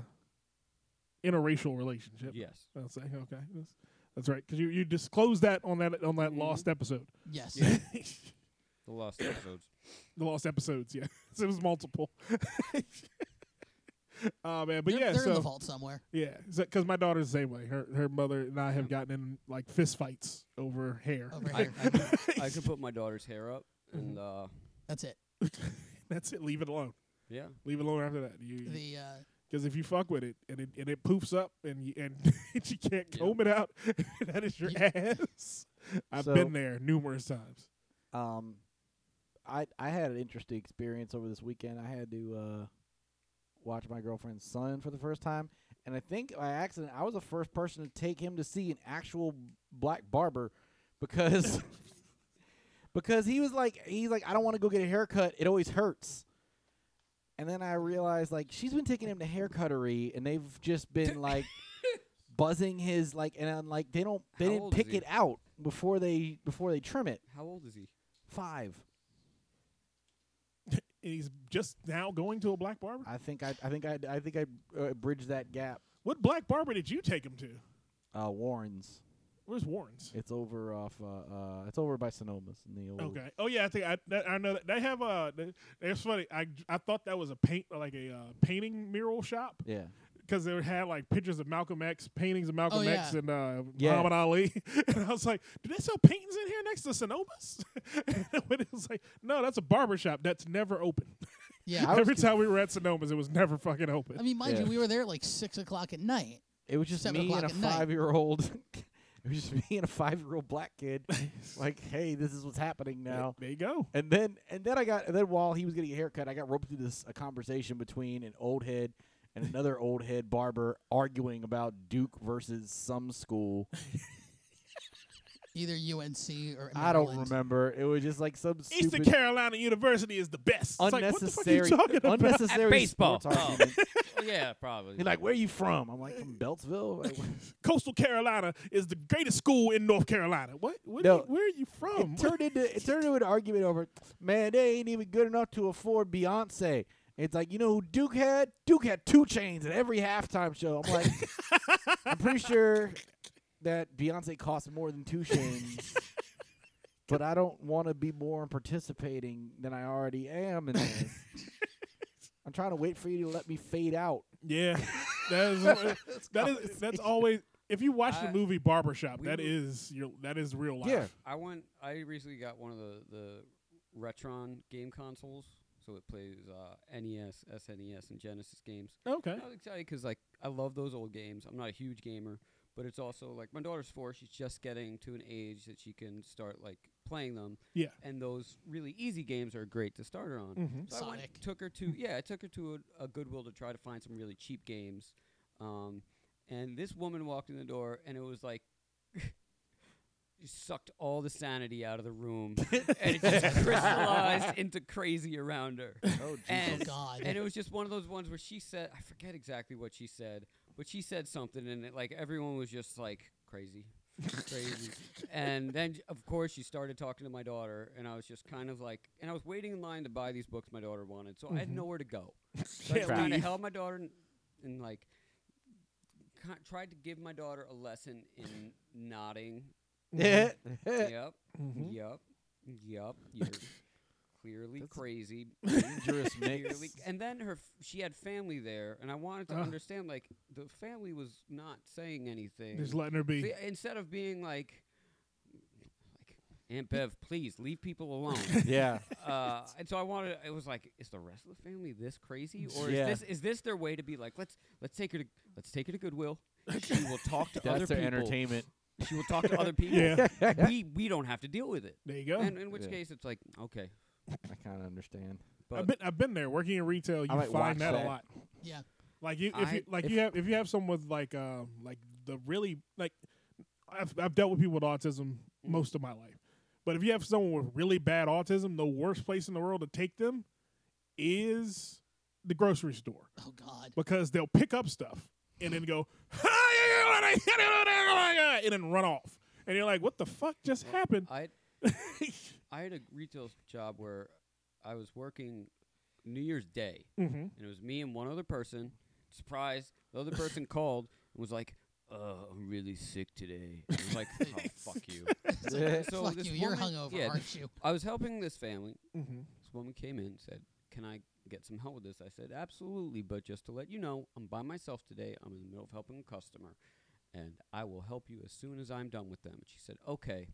interracial relationship.
Yes.
I'll say okay. That's, that's right. Because you you disclosed that on that on that lost episode.
yes.
Mm-hmm. Yeah. the lost episodes.
The lost episodes. Yeah. so it was multiple. Oh man, but
they're,
yeah.
they're
so
in the vault somewhere.
yeah, because my daughter's the same way. Her her mother and I have gotten in like fist fights over hair.
Over
I,
here.
I, could- I could put my daughter's hair up and uh,
That's it.
That's it. Leave it alone.
yeah.
Leave it alone after that. You
The uh,
because if you fuck with it and it and it poofs up and you and you can't
Yeah.
comb it out, that is your ass. I've been
So-
there numerous times.
Um, I I had an interesting experience over this weekend. I had to uh, watch my girlfriend's son for the first time, and I think by accident I was the first person to take him to see an actual black barber because because he was like he's like I don't want to go get a haircut. It always hurts. And then I realized like she's been taking him to haircuttery, and they've just been like buzzing his like and I'm like they don't they
How
didn't
old is
pick
he?
it out before they before they trim it.
How old is he?
Five.
And he's just now going to a black barber.
I think I, I think I, I think I uh, bridged that gap.
What black barber did you take him to?
Uh, Warren's.
Where's Warren's?
It's over off. Uh, uh, it's over by Sonoma's in the old.
Okay. Oh yeah, I think I that, I know that they have a. They, it's funny. I I thought that was a paint like a uh, painting mural shop
Yeah.
because they had like pictures of Malcolm X paintings of Malcolm
Oh,
X
yeah.
and uh,
Yeah.
Muhammad Ali, and I was like, do they sell paintings in here next to Sonoma's? and it was like, no, that's a barber shop that's never open.
yeah.
I was
Every time we were at Sonoma's, it was never fucking open.
I mean, mind
Yeah.
you, we were there at like six o'clock at night.
It was just
Seven
me and a
o'clock at night.
five-year-old. it was just me and a five-year-old black kid. like, hey, this is what's happening now.
There you go.
And then and then I got and then while he was getting a haircut, I got roped into this a conversation between an old head and another old head barber arguing about Duke versus some school.
Either UNC or
I don't
Maryland.
remember. It was just like some
Eastern
stupid
Carolina University is the best.
unnecessary
It's like, what the fuck are you talking about?
unnecessary
baseball.
sports
Oh.
argument.
yeah, probably.
He's like, "Where are you from?" I'm like, "From Beltsville." Like,
Coastal Carolina is the greatest school in North Carolina. What? what
No.
you- where are you from?
it turned into it turned into an argument over, man, they ain't even good enough to afford Beyonce. It's like you know who Duke had? Duke had two chains at every halftime show. I'm like, I'm pretty sure that Beyonce costs more than two chains. But I don't want to be more in participating than I already am in this. I'm trying to wait for you to let me fade out. Oh,
Yeah, that is that is that's always. If you watch the
I-
movie Barbershop,
we
that
were-
is your that is real life.
Yeah.
I went. I recently got one of the the Retron game consoles, so it plays uh, NES, SNES, and Genesis games.
Okay.
I was excited because like I love those old games. I'm not a huge gamer, but it's also like my daughter's four. She's just getting to an age that she can start like playing them.
Yeah.
And those really easy games are great to start her on.
Mm-hmm.
So I went,
Sonic.
took her to yeah, I took her to a, a Goodwill to try to find some really cheap games. Um, and this woman walked in the door, and it was like. You sucked all the sanity out of the room, and it just crystallized into crazy around her.
Oh,
And,
God.
and it was just one of those ones where she said, I forget exactly what she said, but she said something, and it, like everyone was just like crazy, crazy. and then, of course, she started talking to my daughter, and I was just kind of like, and I was waiting in line to buy these books my daughter wanted, so I had nowhere to go. So I
Can't
kind of
leave.
held my daughter and, and like ki- tried to give my daughter a lesson in nodding. Yep, yep, yep. You're clearly crazy.
dangerous mix.
Clearly- and then her, f- she had family there, and I wanted to
Uh.
Ah.
understand. Like the family was not saying anything.
Just letting her be.
See, instead of being like, like Aunt Bev, please leave people alone.
yeah.
uh, and so I wanted. It was like, is the rest of the family this crazy, or
Yeah.
is this is this their way to be like, let's let's take her to let's take her to Goodwill. She will talk to other
That's their
people.
entertainment.
She will talk to other people.
Yeah.
We we don't have to deal with it.
There you go.
And in which
Yeah.
case, it's like okay,
I kind of understand.
but
I've been I've been there working in retail. You
might watch
find that,
that.
a lot.
Yeah.
Like you, if
I-
you like
if-
you have if you have someone with like uh like the really like I've I've dealt with people with autism most of my life, but if you have someone with really bad autism, the worst place in the world to take them is the grocery store
Oh God.
because they'll pick up stuff and then go and then run off, and you're like, what the fuck just happened?
I I had a retail s- job where I was working New Year's Day,
Mhm.
and it was me and one other person. Surprised, the other person called and was like, "Uh, I'm really sick today." I was like, "Oh, fuck you."
It's like,
So
fuck
this
you. You're
woman-
hungover,
yeah,
aren't you?
I was helping this family.
hmm
This woman came in and said, "Can I get some help with this?" I said, "Absolutely, but just to let you know, I'm by myself today. I'm in the middle of helping a customer, and I will help you as soon as I'm done with them." And she said, "Okay,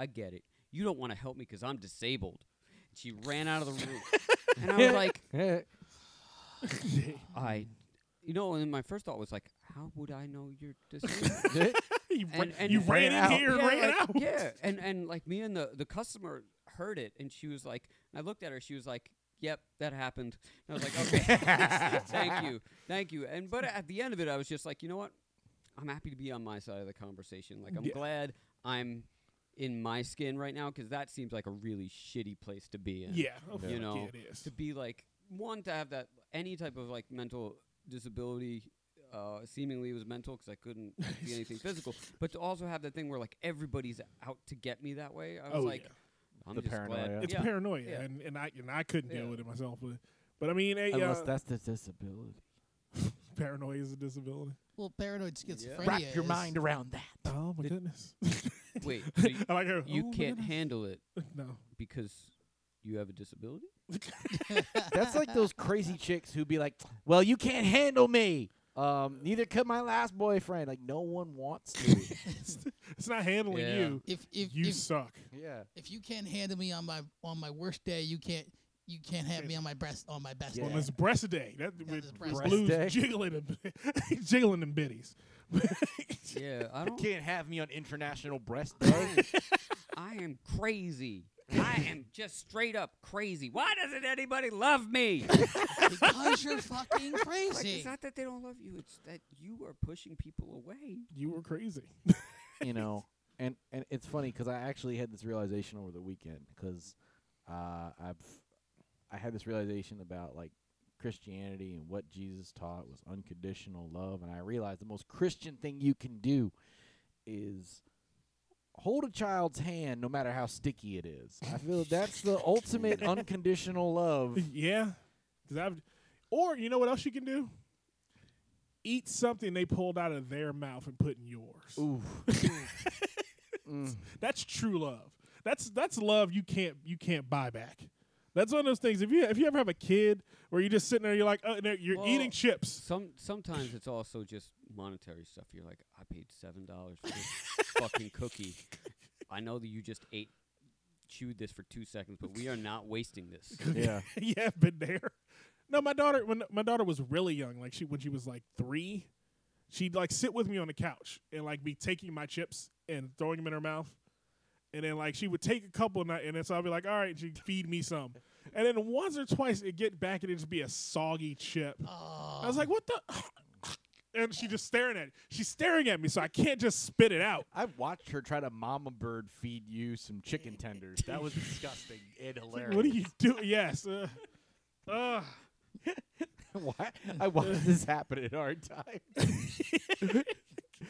I get it. You don't want to help me 'cause I'm disabled." And she ran out of the room, and I was like, "I." You know, and my first thought was like, "How would I know you're disabled?"
You,
And-
ran,
and-
you
and-
ran,
Ran
in here and
yeah,
ran
like-
out.
Yeah, and and like me and the the customer heard it, and she was like, and I looked at her, she was like, "Yep, that happened." And I was like, "Okay, thank you, thank you." And but at the end of it, I was just like, you know what? I'm happy to be on my side of the conversation. Like I'm
Yeah.
glad I'm in my skin right now because that seems like a really shitty place to be in.
Yeah, oh, fuck
you know,
yeah, it is.
to be like one to have that any type of like mental disability uh, seemingly it was mental because I couldn't be anything physical, but to also have that thing where like everybody's out to get me that way, I was
Oh,
like,
yeah.
I'm
The
just
paranoia.
glad.
It's
yeah.
paranoia,
Yeah.
and, and I and I couldn't deal
Yeah.
with it myself. But, but I mean, hey,
Unless
uh,
that's the disability.
paranoia is a disability.
Well, paranoid schizophrenia. is-
around that.
Oh my goodness!
Wait, so you,
I like her.
you
"Oh, my
can't
goodness."
handle it
No,
because you have a disability.
That's like those crazy chicks who be like, "Well, you can't handle me. Um, neither could my last boyfriend. Like, no one wants to.
it's not handling
Yeah.
you.
If if
you
if,
suck.
yeah,
if you can't handle me on my on my worst day, you can't you can't have me on my breast on my best
Yeah.
day.
Well, it's breast day. That with
it's breast
blues
day.
jiggling and jiggling and bitties.
yeah, I don't.
can't have me on International Breast Day.
I am crazy. I am just straight up crazy. Why doesn't anybody love me?
because you're fucking
Like,
crazy.
it's not that they don't love you; it's that you are pushing people away.
You were crazy.
you know, and and it's funny because I actually had this realization over the weekend because uh, I've I had this realization about like Christianity and what Jesus taught was unconditional love, and I realized the most Christian thing you can do is hold a child's hand no matter how sticky it is. I feel that's the ultimate unconditional love.
yeah, because I've. Or you know what else you can do? Eat something they pulled out of their mouth and put in yours.
Ooh.
That's true love. That's that's love you can't you can't buy back. That's one of those things. If you if you ever have a kid where you're just sitting there, you're like, oh, no, you're
Well-
eating chips.
Some sometimes it's also just monetary stuff. You're like, I paid seven dollars for this fucking cookie. I know that you just ate chewed this for two seconds, but we are not wasting this.
Yeah.
yeah, I've been there. No, my daughter when my daughter was really young, like she when she was like three, she'd like sit with me on the couch and like be taking my chips and throwing them in her mouth, and then like she would take a couple, and, I, and then so I'd be like, all right, she feed me some. And then once or twice it get back and it just be a soggy chip. I was like, what the? And she just staring at it. She's staring at me, so I can't just spit it out.
I watched her try to mama bird feed you some chicken tenders. That was disgusting and hilarious.
What do you do? Yes. Uh, uh,
Why? I watched this happen in our time.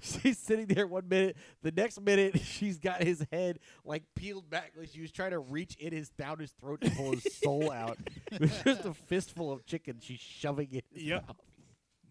she's sitting there one minute, the next minute she's got his head like peeled back, like she was trying to reach in his down his throat to pull his soul out. There's just a fistful of chicken she's shoving in. His
Yep.
mouth.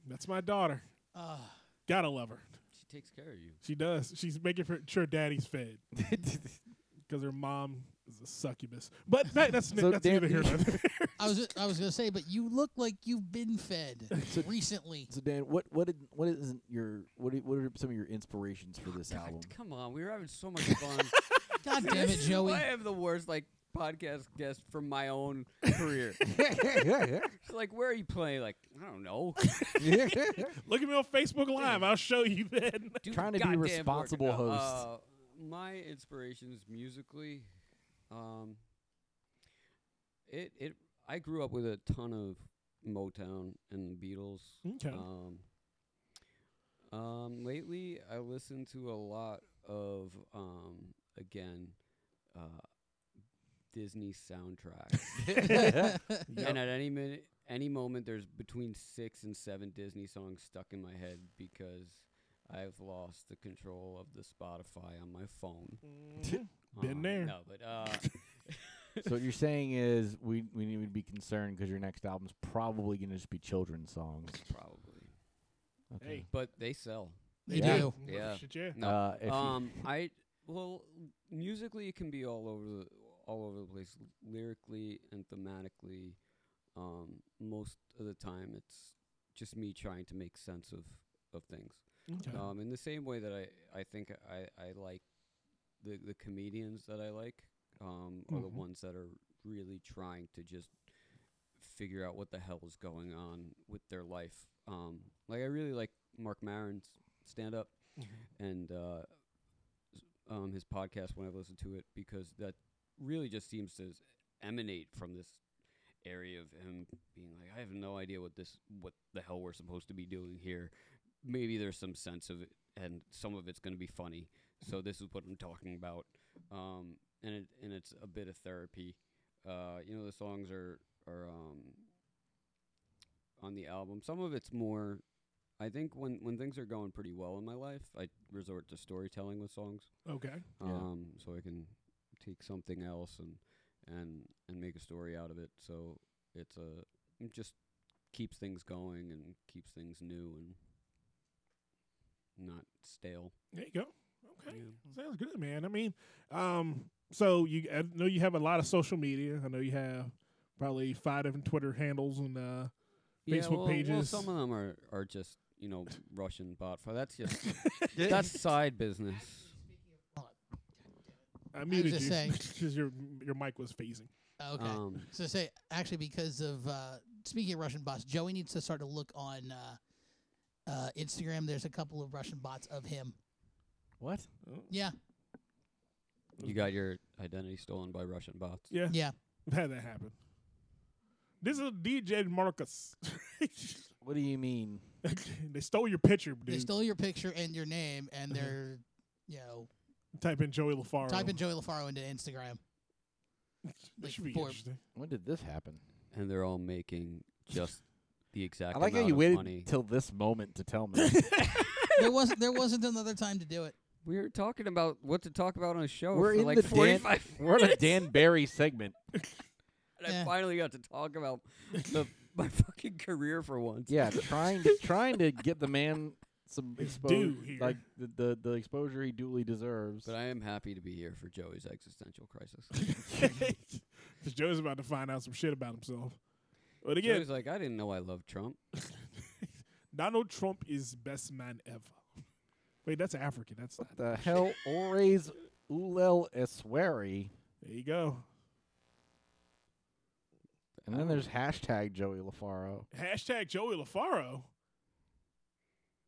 that's my daughter.
Ah.
Gotta love her.
She takes care of you.
She does. She's making for- sure daddy's fed because her mom is a succubus. But that, that's
So,
that's
Dan-
neither here nor there.
I was I was gonna say, but you look like you've been fed recently.
So Dan, what what did, what is your what are, what are some of your inspirations for this album?
God, come on, we were having so much fun.
God damn it,
This is
Joey!
why I have the worst like podcast guest from my own career. It's like, where are you playing? Like, I don't know.
Look at me on Facebook Live. I'll show you then.
Do the
Trying to be
goddamn work.
responsible
No,
host.
Uh, my inspirations musically, um, it it I grew up with a ton of Motown and the Beatles.
Okay.
Um, um, lately, I listen to a lot of um, again, uh, Disney soundtracks. And at any minute, any moment, there's between six and seven Disney songs stuck in my head because I've lost the control of the Spotify on my phone.
Been
Um,
there.
No, but uh,
so what you're saying is we we need to be concerned because your next album's probably going to just be children's songs.
probably.
Hey,
But they sell.
They
Yeah.
do.
Yeah.
Shit, yeah.
No.
Uh, if you-
um, I well, musically it can be all over the all over the place, lyrically and thematically. Um, most of the time, it's just me trying to make sense of of things.
Okay.
Um, in the same way that I, I think I, I like the, the comedians that I like um, are the
Mhm.
ones that are really trying to just figure out what the hell is going on with their life. Um, like I really like Mark Maron's stand up and uh, s- um, his podcast when I've listened to it because that really just seems to s- emanate from this area of him being like, I have no idea what this, what the hell we're supposed to be doing here. Maybe there's some sense of it, and some of it's going to be funny. So this is what I'm talking about, um, and it and it's a bit of therapy. Uh, you know, the songs are are um, on the album. Some of it's more. I think when when things are going pretty well in my life, I resort to storytelling with songs
Okay.
Yeah.
um, so I can take something else and and and make a story out of it. So it's a it just keeps things going and keeps things new and not stale.
There you go. Okay. Sounds good, man. I mean, um, so you I know you have a lot of social media. I know you have probably five different Twitter handles and uh Facebook
well, Well,
pages.
some of them are are just you know Russian bot. For that's just that's side business.
I muted
just
you
saying.
because your your mic was phasing.
Okay.
Um,
So say actually because of uh, speaking of Russian bots, Joey needs to start to look on uh, uh, Instagram. There's a couple of Russian bots of him.
what?
Yeah,
you got your identity stolen by Russian bots.
Yeah.
yeah.
Had that happen. This is DJ Marcus.
What do you mean?
they stole your picture, dude. Uh-huh.
They stole your picture and your name, and they're you know
Type in Joey LaFaro.
type in Joey LaFaro into Instagram.
That should be
for-
interesting.
When did this happen?
And they're all making just the exact.
I like how
amount
you
of
waited
money.
till this moment to tell me.
there wasn't there wasn't another time to do it.
We were talking about what to talk about on a show
we're
for
in
like
the Dan,
45
we're in a Dan Barry segment.
and
Yeah.
I finally got to talk about the, my fucking career for once.
Yeah, trying to trying to get the man some
due
exposure,
here.
like the, the the exposure he duly deserves.
But I am happy to be here for Joey's existential crisis.
'Cause Joey's about to find out some shit about himself. But again,
Joey's like, I didn't know I loved Trump.
Donald Trump is best man ever. Wait, that's African. That's not.
the hell, Ores Ulel Esweri,
There you go.
and then there's hashtag Joey LaFaro.
Hashtag Joey LaFaro.
Oh,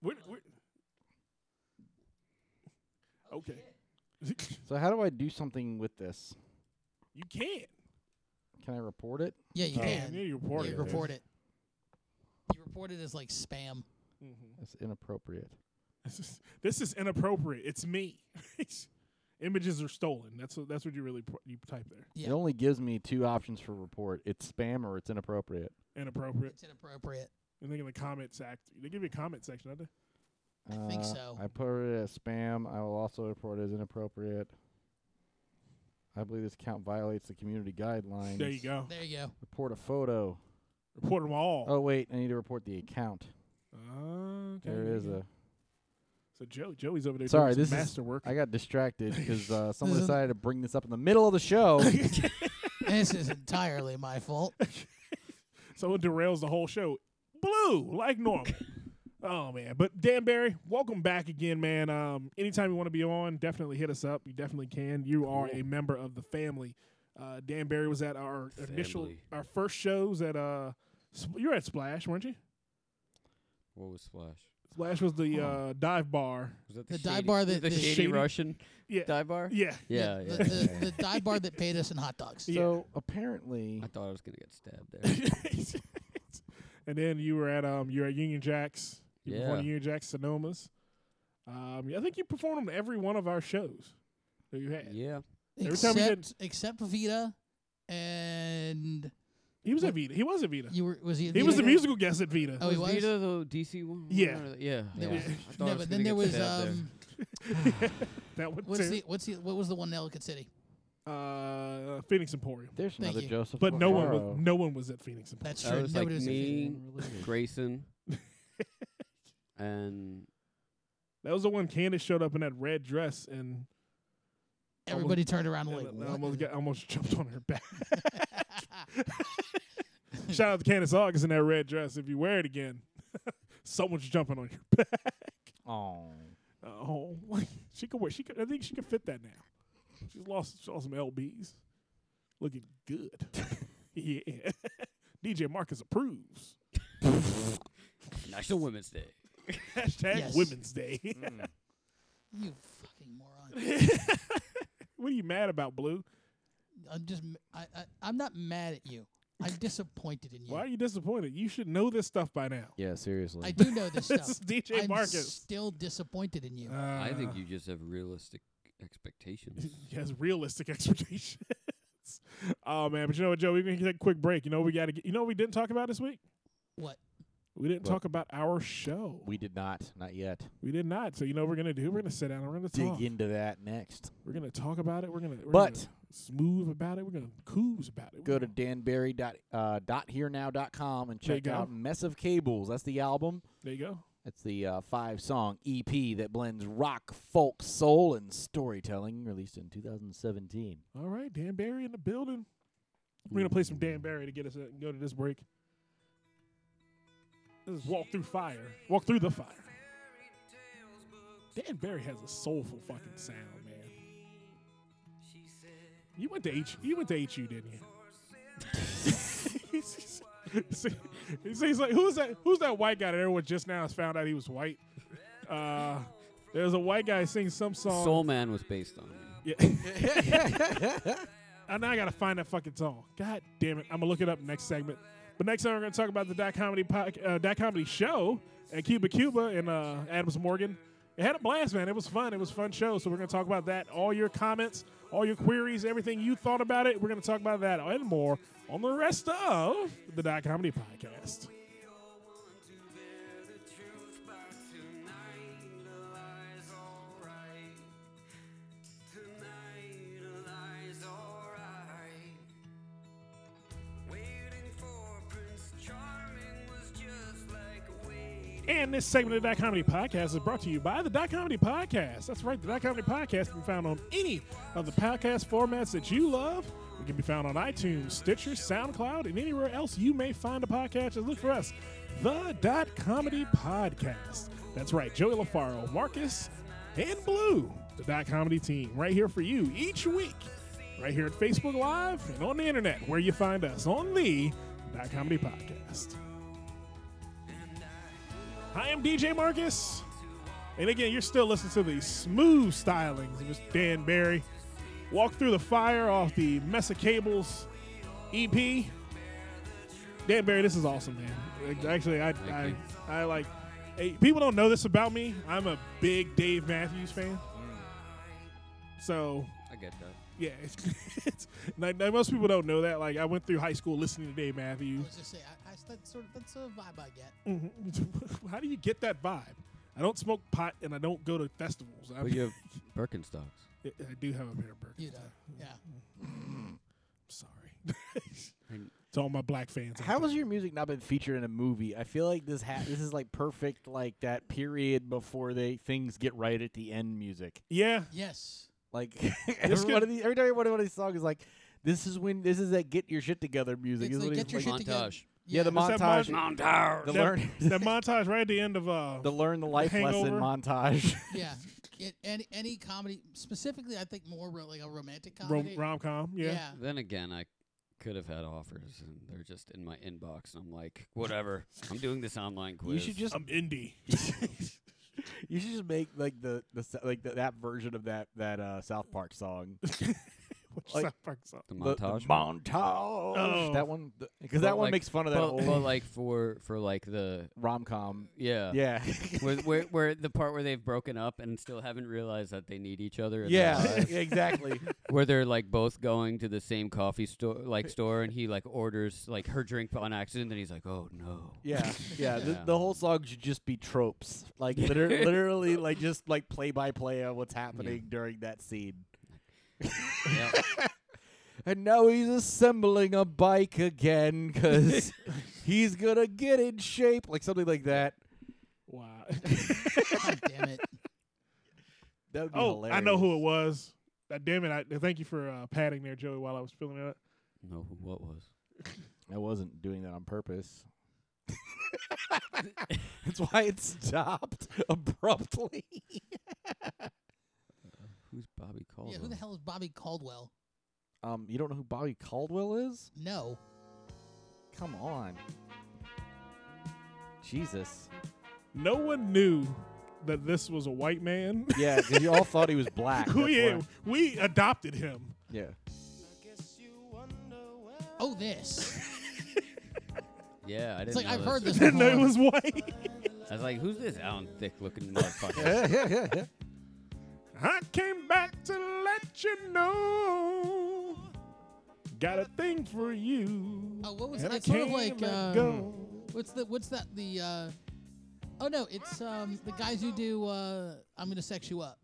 We're, we're- okay.
So how do I do something with this?
You can't.
Can I report it?
Yeah, you
Oh,
can.
yeah, you report
you
it.
report it. You report it as like spam.
Mm-hmm.
That's inappropriate.
This is, this is inappropriate. It's me. Images are stolen. That's what, that's what you really pro- you type there.
Yeah.
It only gives me two options for report. It's spam or it's inappropriate.
Inappropriate.
It's inappropriate.
And then in the comment section, they give you a comment section, don't they?
I think
Uh,
so.
I put it as spam. I will also report it as inappropriate. I believe this account violates the community guidelines.
There you go.
There you go.
Report a photo.
Report them all.
Oh wait, I need to report the account.
Okay,
Oh. There is Uh,
you go.
a.
So Joe, Joey's over there.
Sorry,
doing
this
some
is.
master work.
I got distracted because uh, someone
This is-
decided to bring this up in the middle of the show.
this is entirely my fault.
So it derails the whole show. Blue, like normal. oh man. But Dan Barry, welcome back again, man. Um, anytime you want to be on, definitely hit us up. You definitely can. You are a member of the family. Uh, Dan Barry was at our initial,
Family.
our first shows at. Uh, Sp- you were at Splash, weren't you?
What was Splash?
Splash was the uh, dive bar.
Was that
The
the,
dive
shady-
bar that-
the,
that-
shady,
Shady-
Russian
Yeah.
dive bar?
Yeah.
yeah, yeah.
The, the, the dive bar that paid us in hot dogs.
Yeah.
so apparently,
I thought I was gonna get stabbed there.
and then you were at um, you were at Union Jacks. You
Yeah.
performed at Union Jacks Sonomas. Um, I think you performed on every one of our shows that you had.
yeah,
Every time
except,
we
except Vita, and
He was at Vita. He was at Vita.
you were was he? at
He was the
Vita?
musical guest at Vita.
Oh, he was.
Vita the DC one?
Yeah.
Or the- yeah. yeah.
There was-
I thought I
No,
was gonna
but then there
get
was
stabbed there.
um.
that one
What's
too.
the what's the what was the one in Ellicott City?
uh, Phoenix Emporium.
there's
Thank
another
you.
Joseph.
But no one,
Morero.
was, no one was at Phoenix Emporium.
That's
That
true.
was like
Nobody was at
me,
Vita.
Grayson, and
That was the one Candace showed up in that red dress and
Everybody turned around and
and
like.
I
what
almost
is
got,
it?
almost jumped on her back. Shout out to Candace August in that red dress. If you wear it again, someone's jumping on your back.
Aw.
Oh, she could wear. She could. I think she could fit that now. She's lost. She lost some lbs. Looking good. yeah. DJ Marcus approves.
National Women's Day.
Hashtag
Yes.
Women's Day.
Mm.
You fucking moron!
what are you mad about, Blue?
I'm just m- I, I I'm not mad at you. I'm disappointed in you.
Why are you disappointed? You should know this stuff by now.
Yeah, seriously.
I do know this
This
stuff.
is DJ
I'm
Marcus. Uh,
still disappointed in you.
Uh,
I think you just have realistic expectations.
he has realistic expectations. oh man, but you know what, Joe? We're gonna take a quick break. You know what we got to. You know what we didn't talk about this week.
what?
We didn't
What?
talk about our show.
we did not, not yet.
We did not. So you know what we're gonna do? We're gonna sit down. and We're gonna
Dig
talk.
into that next.
We're gonna talk about it. We're gonna. We're
But-
gonna smooth about it. We're gonna coos about it.
Go to
We're
danberry dot uh, dot herenow dot com and
There you
check
go.
out Mess of Cables. That's the album.
gonna- There you go.
It's the uh, five song EP that blends rock, folk, soul, and storytelling, released in 2017.
All right, Dan Barry in the building. We're gonna play some Dan Barry to get us uh, go to this break. This is Walk Through Fire. Walk Through the Fire. Dan Barry has a soulful fucking sound, man. You went to H you went to HU, didn't you? he's, he's like, who's that who's that white guy that everyone just now has found out he was white? Uh there's a white guy singing some song.
Soul Man was based on. it.
Yeah. and now I gotta find that fucking song. God damn it! I'm gonna look it up next segment. But next time we're gonna talk about the dot comedy pod, uh, dot comedy show and Cuba Cuba and uh, Adams Morgan. It had a blast, man. It was fun. It was a fun show. So we're gonna talk about that. All your comments, all your queries, everything you thought about it. We're gonna talk about that and more on the rest of the dot comedy podcast. And this segment of the Dot Comedy Podcast is brought to you by the Dot Comedy Podcast. That's right, the Dot Comedy Podcast can be found on any of the podcast formats that you love. It can be found on iTunes, Stitcher, SoundCloud, and anywhere else you may find a podcast. Just look for us, the Dot Comedy Podcast. That's right, Joey LaFaro, Marcus, and Blue, the Dot Comedy team, right here for you each week, right here at Facebook Live and on the internet, where you find us on the Dot Comedy Podcast. I am DJ Marcus. And again, you're still listening to the smooth stylings of Mr. Dan Barry Walk Through the Fire off the Mesa Cables EP. Dan Barry, this is awesome, man. Actually, I, I,
you.
I like. Hey, people don't know this about me. I'm a big Dave Matthews fan. So
I get that.
yeah, it's, like, now most people don't know that. Like I went through high school listening to Dave Matthews.
I was just saying, I, I, that's sort of that's a vibe I get.
Mhm. How do you get that vibe? I don't smoke pot and I don't go to festivals. I,
But you have Birkenstocks.
I do have a pair of burgers.
You know, yeah.
Sorry. to all my black fans. out
How
there.
has your music not been featured in a movie? I feel like this ha- this is like perfect, like that period before they things get right at the end music.
Yeah.
Yes.
Like every
could-
one of these, every time one of these songs is like, this is when this is that get your shit together music.
It's
This is
like,
when
get your
like-
shit together.
montage.
yeah, the
What's that
montage,
mon-
the
that,
learn,
that montage right at the end of uh
the learn Oh, the life
hangover.
lesson montage.
Yeah. It, any any comedy, specifically, I think more ro- like a romantic comedy.
rom com. Yeah.
yeah.
Then again, I could have had offers, and they're just in my inbox, and I'm like, whatever. I'm doing this online quiz.
you should just
I'm indie.
you should just make like the the s- like the, that version of that that uh, South Park song.
Which
Like-
South Park's up.
the
The- the
montage.
montage.
Oh.
That one because that
But,
one
like-
makes fun of that
but, but
whole
like uh, for for like the
rom com.
yeah
Yeah.
where, where, where the part where they've broken up and still haven't realized that they need each other. in their
Yeah,
lives.
exactly.
where they're like both going to the same coffee store, like store, and he like orders like her drink on accident, and he's like, "Oh no."
Yeah, yeah. The,
Yeah.
the whole song should just be tropes, like liter- literally, like just like play by play of what's happening during that scene.
Yeah.
And now he's assembling a bike again because he's gonna get in shape, like something like that.
Wow.
God damn it.
That would be
oh,
hilarious.
I know who it was. Uh, damn it! I, thank you for uh, padding there, Joey, while I was filling it up.
No, who- what was?
I wasn't doing that on purpose. That's why it stopped abruptly.
Who's Bobby Caldwell?
Yeah, who the hell is Bobby Caldwell?
Um, you don't know who Bobby Caldwell is?
No.
Come on, Jesus.
No one knew that this was a white man.
Yeah, because you all thought he was black. that's
we,
why.
we adopted him.
Yeah.
Oh, this.
Yeah, I didn't.
It's like
know
I've heard this
Didn't know
before.
he was white.
I was like, "Who's this Alan Thick looking motherfucker?"
yeah, yeah, yeah, yeah.
I came back to let you know. Got a thing for you.
Oh, what was
and
that?
I
It's sort of
can't
like
let
uh,
go.
what's the what's that the? uh Oh no, it's um the guys who do uh I'm gonna sex you up.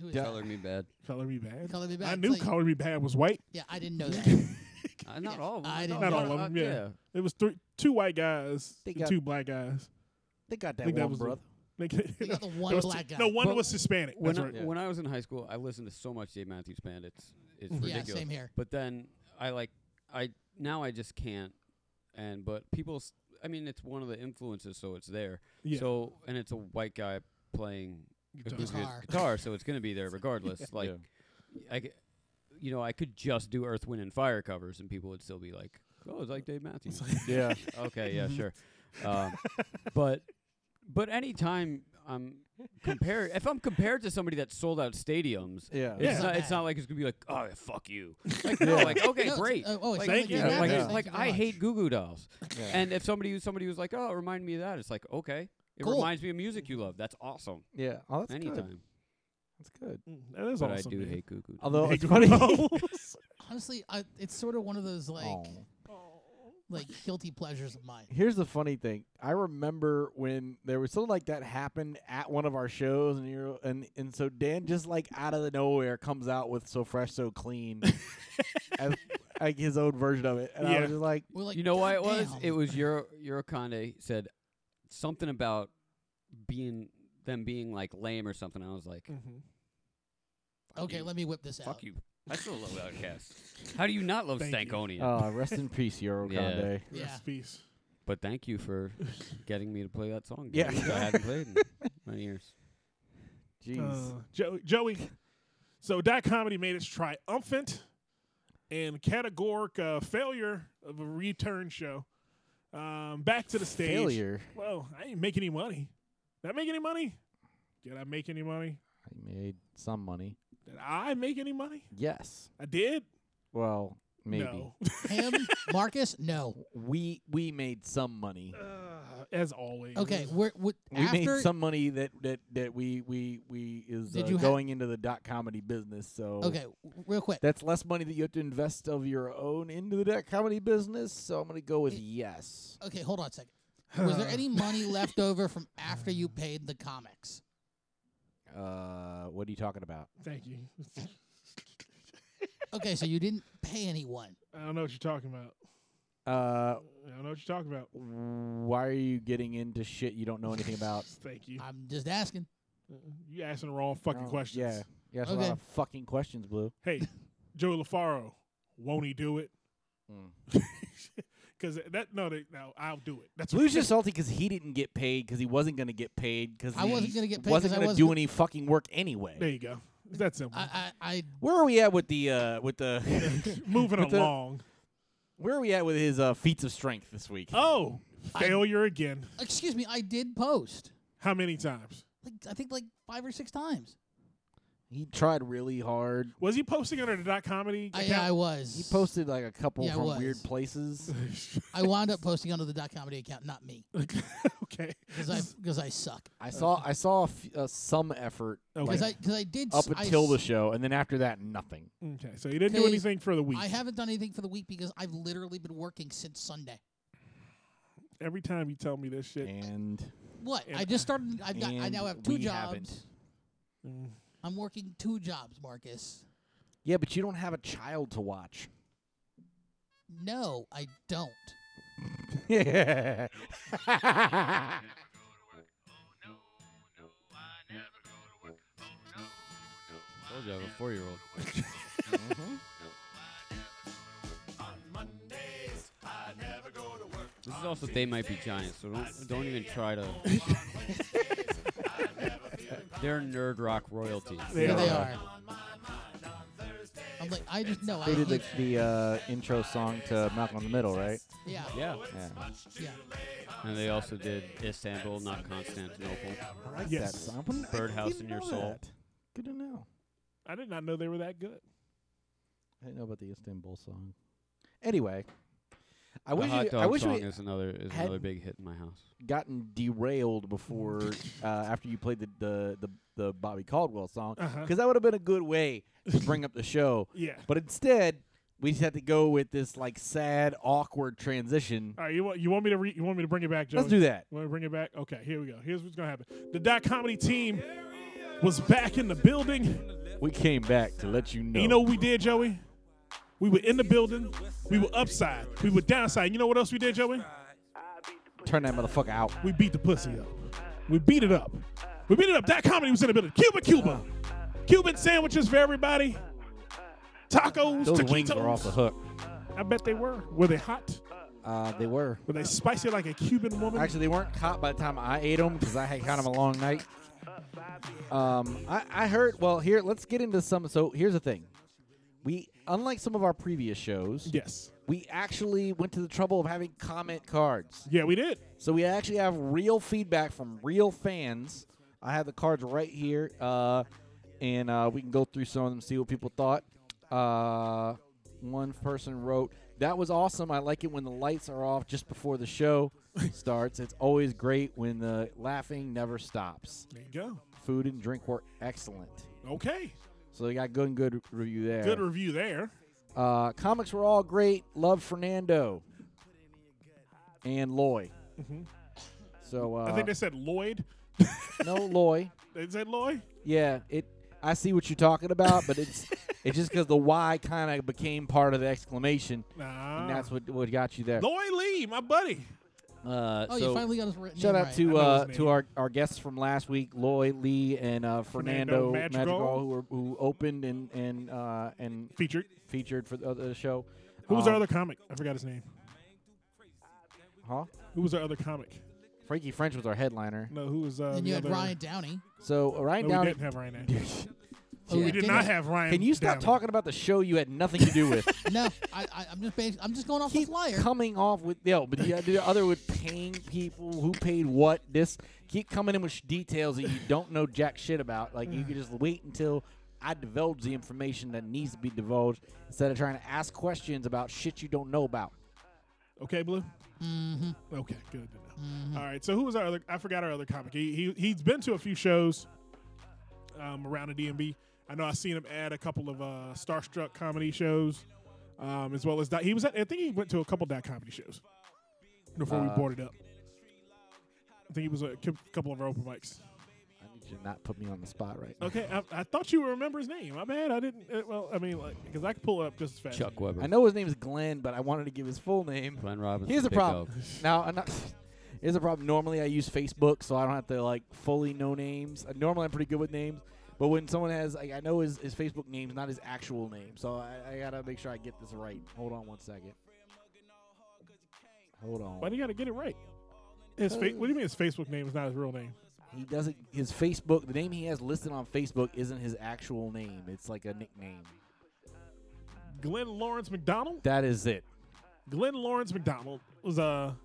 Who is
Yeah.
that?
Color me bad.
Color Me Bad.
Color Me
I
Bad,
knew
it's like-
Color Me Bad was white.
Yeah, I didn't know that.
Uh, not all of them.
I
I
didn't
thought
Not
know
all
one-
of them.
uh,
Yeah. it was three, two white guys,
They
and
got-
two black guys.
They got
I
that
think that
one,
was
brother.
They
They got the one black guy.
No, one
But
was Hispanic.
When
That's
I,
right.
when I was in high school, I listened to so much Dave Matthews Band. It's it's
Yeah,
ridiculous.
same here.
But then I like I now I just can't. And but people, s- I mean, it's one of the influences, so it's there.
Yeah.
So and it's a white guy playing a
Guitar.
acoustic
Guitar.
guitar, so it's gonna be there regardless. Like I, c- you know, I could just do Earth, Wind, and Fire covers, and people would still be like, "Oh, it's like Dave Matthews."
Yeah.
okay, yeah, sure. Um, but but anytime I'm compared, if I'm compared to somebody that sold out stadiums,
Yeah.
it's,
Yeah.
Not, it's
Bad.
not like it's gonna be like, "Oh, yeah, fuck you." Like, no, like okay,
No, it's-
great.
oh, oh, it's
like,
not like oh
you.
Dave
Yeah,
like,
Matthews,
yeah.
thank
like
you very
I
much.
hate Goo Goo Dolls,
Yeah.
and if somebody somebody was like, "Oh, remind me of that," it's like, okay, it
Cool.
reminds me of music you love. That's awesome.
yeah. Oh, that's
anytime,
good. That's good.
Mm, that is
Mm-hmm. but
awesome.
I do
dude.
hate Goo Goo. Dolls.
Although
Hey,
it's
Goo
funny.
Dolls.
Honestly, I, it's sort of one of those like
Aw.
like guilty pleasures of mine.
Oh. Here's the funny thing. I remember when there was something like that happened at one of our shows, and you're and and so Dan just like out of the nowhere comes out with "So Fresh, So Clean," as, like his own version of it, and I
Yeah.
was just like,
We're like,
you know why it was?
"Goddamn."
It was Euro Eurocande said something about being them being like lame or something. I was like,
Mm-hmm.
"Fuck
okay.
you.
Let me whip this out.
fuck you. I still love Outcast. How do you not love
Thank you.
Stankonia?
"Ah, rest in peace, Eurocande."
Yeah.
Rest in peace.
but thank you for getting me to play that song.
Yeah.
dude, which I haven't played in many years.
Jeez.
Uh, Joey, Joey. So that comedy made its triumphant and categoric uh, failure of a return show. Um, back to the stage.
Failure.
Well, I didn't make any money. Did I make any money? Did I make any money?
I made some money.
Did I make any money?
Yes.
I did.
Well, maybe
No.
Him, Marcus, no.
we we made some money.
Uh, as always.
Okay, we're, we
We
after
made some money that that that we we we is
Did
uh,
you ha-
going into the dot comedy business. So
Okay, w- real quick.
that's less money that you have to invest of your own into the dot comedy business. So I'm gonna go with yes.
Okay, hold on a second. Was there any money left over from after you paid the comics?
Uh, what are you talking about?
Thank you.
Okay, so you didn't pay anyone.
I don't know what you're talking about.
Uh,
I don't know what you're talking about.
why are you getting into shit you don't know anything about?
Thank you.
I'm just asking.
You asking the wrong fucking
Oh,
questions.
Yeah, you asked a
Okay.
lot of fucking questions, Blue.
Hey, Joe LaFaro, won't he do it?
Mm.
Because that no, they, no, I'll do it. That's
Blue's just salty because he didn't get paid because he wasn't gonna get paid because
I wasn't gonna get paid
wasn't
'cause I
gonna
wasn't
do
gonna-
any fucking work anyway.
There you go. It's that simple.
I, I, I
Where are we at with the uh with the
Moving
with the-
along.
Where are we at with his uh, feats of strength this week?
Uh,
oh, failure again.
excuse me. I did post.
How many times
Like I think like five or six times.
He tried really hard.
was he posting under the dot comedy?
I, yeah, I
account?
was.
He posted like a couple
Yeah, I
from
was.
weird places.
I wound up posting under the dot comedy account, not me,
okay.
because I because I suck.
I saw I saw a f- uh, some effort
Okay.
Because I because I did
up
s- I
until the
s-
show, and then after that, nothing.
Okay. So he didn't do
'Kay.
anything for the week.
I haven't done anything for the week because I've literally been working since Sunday.
Every time you tell me this shit,
And
What?
And-
I just started. I've got. I
and
now have two
we
jobs.
haven't.
mm,
I'm working two jobs, Marcus.
yeah, but you don't have a child to watch.
No, I don't.
yeah,
Mm-hmm.
Told you I have a four-year-old. This is also they might be giants, so don't don't even try to. They're nerd rock royalty.
They
Here
are.
they are. I'm like, I just know. I
they did the,
hate-
the uh, intro song to Malcolm in the Middle, right?
yeah,
Yeah,
Yeah,
yeah.
and they also did Istanbul, not Constantinople.
I like
Yes.
that song. I didn't- I
Birdhouse
didn't
in Your
know
Soul.
that. Good to know.
I did not know they were that good.
I didn't know about the Istanbul song. Anyway, I
the
wish
hot
you,
dog
I wish
song
we
is another is
had-
another big hit in my house.
gotten derailed before uh, after you played the the, the, the Bobby Caldwell song because
Uh-huh.
that would have been a good way to bring up the show.
Yeah.
But instead, we just had to go with this like sad, awkward transition.
All right. You want you want me to re- you want me to bring it back, Joe?
Let's do that.
Want to bring it back? Okay, here we go. Here's what's gonna happen. The dot comedy team was back in the building.
We came back to let you know.
And you know what we did, Joey? We were in the building. We were upside. We were downside. You know what else we did, Joey?
turn that motherfucker out.
We beat the pussy up. We beat it up. We beat it up. That comedy was in the building. Cuba, Cuba, Cuban sandwiches for everybody. Tacos,
Those
taquitos.
wings were off the hook.
I bet they were. Were they hot?
Uh, they were.
Were they spicy like a Cuban woman?
Actually, they weren't caught by the time I ate them because I had kind of a long night. Um, I, I heard. Well, here let's get into some. So here's the thing: we, unlike some of our previous shows,
yes.
we actually went to the trouble of having comment cards.
Yeah, we did.
So we actually have real feedback from real fans. I have the cards right here, uh, and uh, we can go through some of them, see what people thought. Uh, one person wrote, "That was awesome. I like it when the lights are off just before the show starts. It's always great when the laughing never stops.
There you go.
Food and drink were excellent."
Okay.
So they got good and good review there.
Good review there.
Uh, comics were all great. Love Fernando and Loy. So uh,
I think they said Lloyd.
no Loy.
They said Lloyd.
Yeah, it. I see what you're talking about, but it's it's just because the Y kind of became part of the exclamation,
Nah.
and that's what what got you there.
Lloyd Lee, my buddy.
Uh, so
Oh, you finally got us written.
shout
name
out
right.
to
I know
uh,
his
to
name.
our, our guests from last week, Loy Lee and uh,
Fernando
Fernando,
Madrigal.
who were, who opened and and uh, and
Featured.
featured for the, the show.
Who was
Um,
our other comic? I forgot his name.
Huh?
Who was our other comic?
Frankie French was our headliner.
No, who was uh,
Then
the
you had
other?
Ryan Downey.
So uh, Ryan
No, we
Downey.
didn't have Ryan. Downey.
Oh,
We did not have Ryan.
Can you stop
Downey.
talking about the show you had nothing to do with?
no, I, I, I'm just bas- I'm just going off
keep
this liar.
coming off with yo, but the idea- other with paying people who paid what this keep coming in with sh- details that you don't know jack shit about. Like you could just wait until I divulge the information that needs to be divulged instead of trying to ask questions about shit you don't know about.
Okay, Blue. Mm-hmm. Okay, good to know. All right, so who was our other? I forgot our other comic. He, he he's been to a few shows um, around the DMB. I know I've seen him at a couple of uh, Starstruck comedy shows, um, as well as dot, he was at. I think he went to a couple dot comedy shows before we
Uh,
boarded up. I think he was at a cou- couple of our open mics.
I need you to not put me on the spot right now.
Okay, I, I thought you would remember his name. My bad, I didn't. uh well, I mean, like, because I could pull it up just as fast.
Chuck Weber.
I know his name is Glenn, but I wanted to give his full name.
Glenn Robinson.
Here's the
Big
problem.
Dog.
Now, I'm not, here's the problem. Normally, I use Facebook, so I don't have to like fully know names. Uh, Normally, I'm pretty good with names, but when someone has, like, I know his, his Facebook name's not his actual name, so I, I gotta make sure I get this right. Hold on one second. Hold
Why
on.
do you got to get it right? His fa- what do you mean his Facebook name is not his real name?
He doesn't. His Facebook, the name he has listed on Facebook, isn't his actual name. It's like a nickname.
Glenn Lawrence McDonald.
That is it.
Glenn Lawrence McDonald was a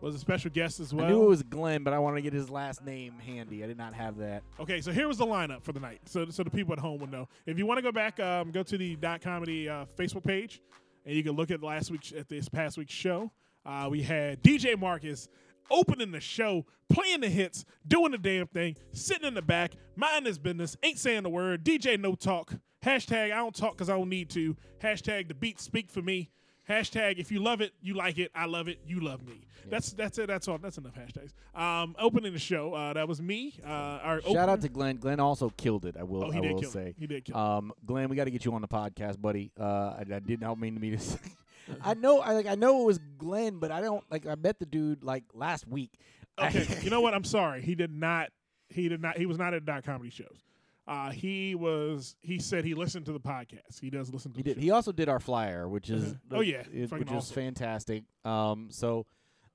was a special guest as well.
I knew it was Glenn, but I wanted to get his last name handy. I did not have that.
okay, so here was the lineup for the night, so so the people at home would know. If you want to go back, um, go to the dot comedy uh, Facebook page, and you can look at last week's at this past week's show. Uh, we had DJ Marcus opening the show, playing the hits, doing the damn thing, sitting in the back, minding his business, ain't saying a word. DJ No Talk. Hashtag I don't talk because I don't need to. Hashtag the beats speak for me. Hashtag if you love it, you like it. I love it, you love me. That's that's it. That's all. That's enough hashtags. Um, opening the show, uh, that was me. Uh, our
Shout
opener-
out to Glenn. Glenn also killed it. I will.
Oh, he
I
did
will
kill it.
say
He did kill it.
Um, Glenn, we got to get you on the podcast, buddy. Uh, I, I did not mean to be this. I know. I like. I know it was Glenn, but I don't like. I met the dude like last week. I-
Okay, you know what? I'm sorry. He did not. He did not. He was not at dot comedy shows. Uh, he was. He said he listened to the podcast. He does listen to.
he
the
did.
show.
He also did our flyer, which is
Oh, yeah.
it-
Fucking
which is
awesome.
fantastic. Um, so.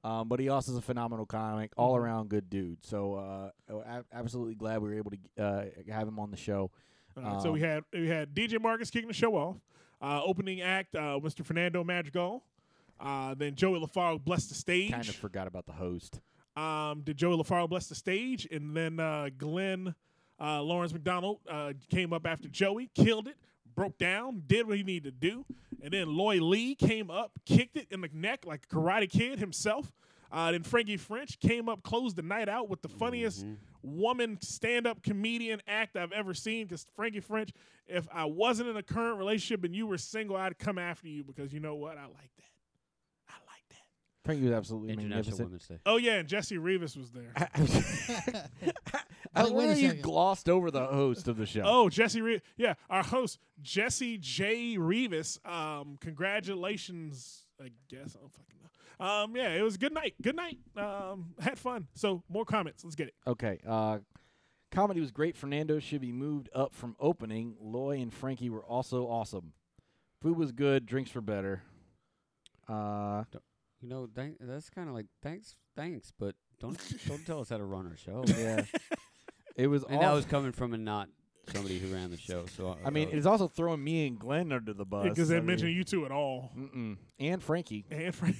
Um, but he also is a phenomenal comic, all
Mm-hmm.
around good dude. So uh, oh, a- absolutely glad we were able to uh, have him on the show.
Uh, so we
Um,
had we had DJ Marcus kicking the show off. Uh, opening act, uh, Mr. Fernando Madrigal. Uh, then Joey LaFaro blessed the stage.
kind of forgot about the host.
um, did Joey LaFaro bless the stage, and then uh, Glenn uh, Lawrence McDonald uh, came up after Joey, killed it, broke down, did what he needed to do, and then Loy Lee came up, kicked it in the neck like a Karate Kid himself. Uh, then Frankie French came up, closed the night out with the funniest woman stand-up comedian act I've ever seen. Because Frankie French, if I wasn't in a current relationship and you were single, I'd come after you because you know what? I like that. I like that.
Frankie was absolutely
International
magnificent.
Women's Day.
Oh yeah, and Jesse Rivas was there.
I was
Wait, wait a
wondering you
second.
glossed over the host of the show.
Oh, Jesse Re- Yeah, our host, Jesse J. Revis. Um, congratulations, I guess. I don't fucking know. Um, yeah, it was a good night. Good night. Um, had fun. So, more comments. Let's get it.
Okay. Uh, comedy was great. Fernando should be moved up from opening. Loy and Frankie were also awesome. Food was good. Drinks were better. Uh,
You know, thank, that's kind of like thanks, thanks, but don't don't tell us how to run our show.
yeah. it was.
and that
aw-
was coming from a not somebody who ran the show. So
I mean,
uh,
it's also throwing me and Glenn under the bus.
Because they
I
didn't mention
mean,
you two at all.
Mm-mm. And Frankie.
And Frank-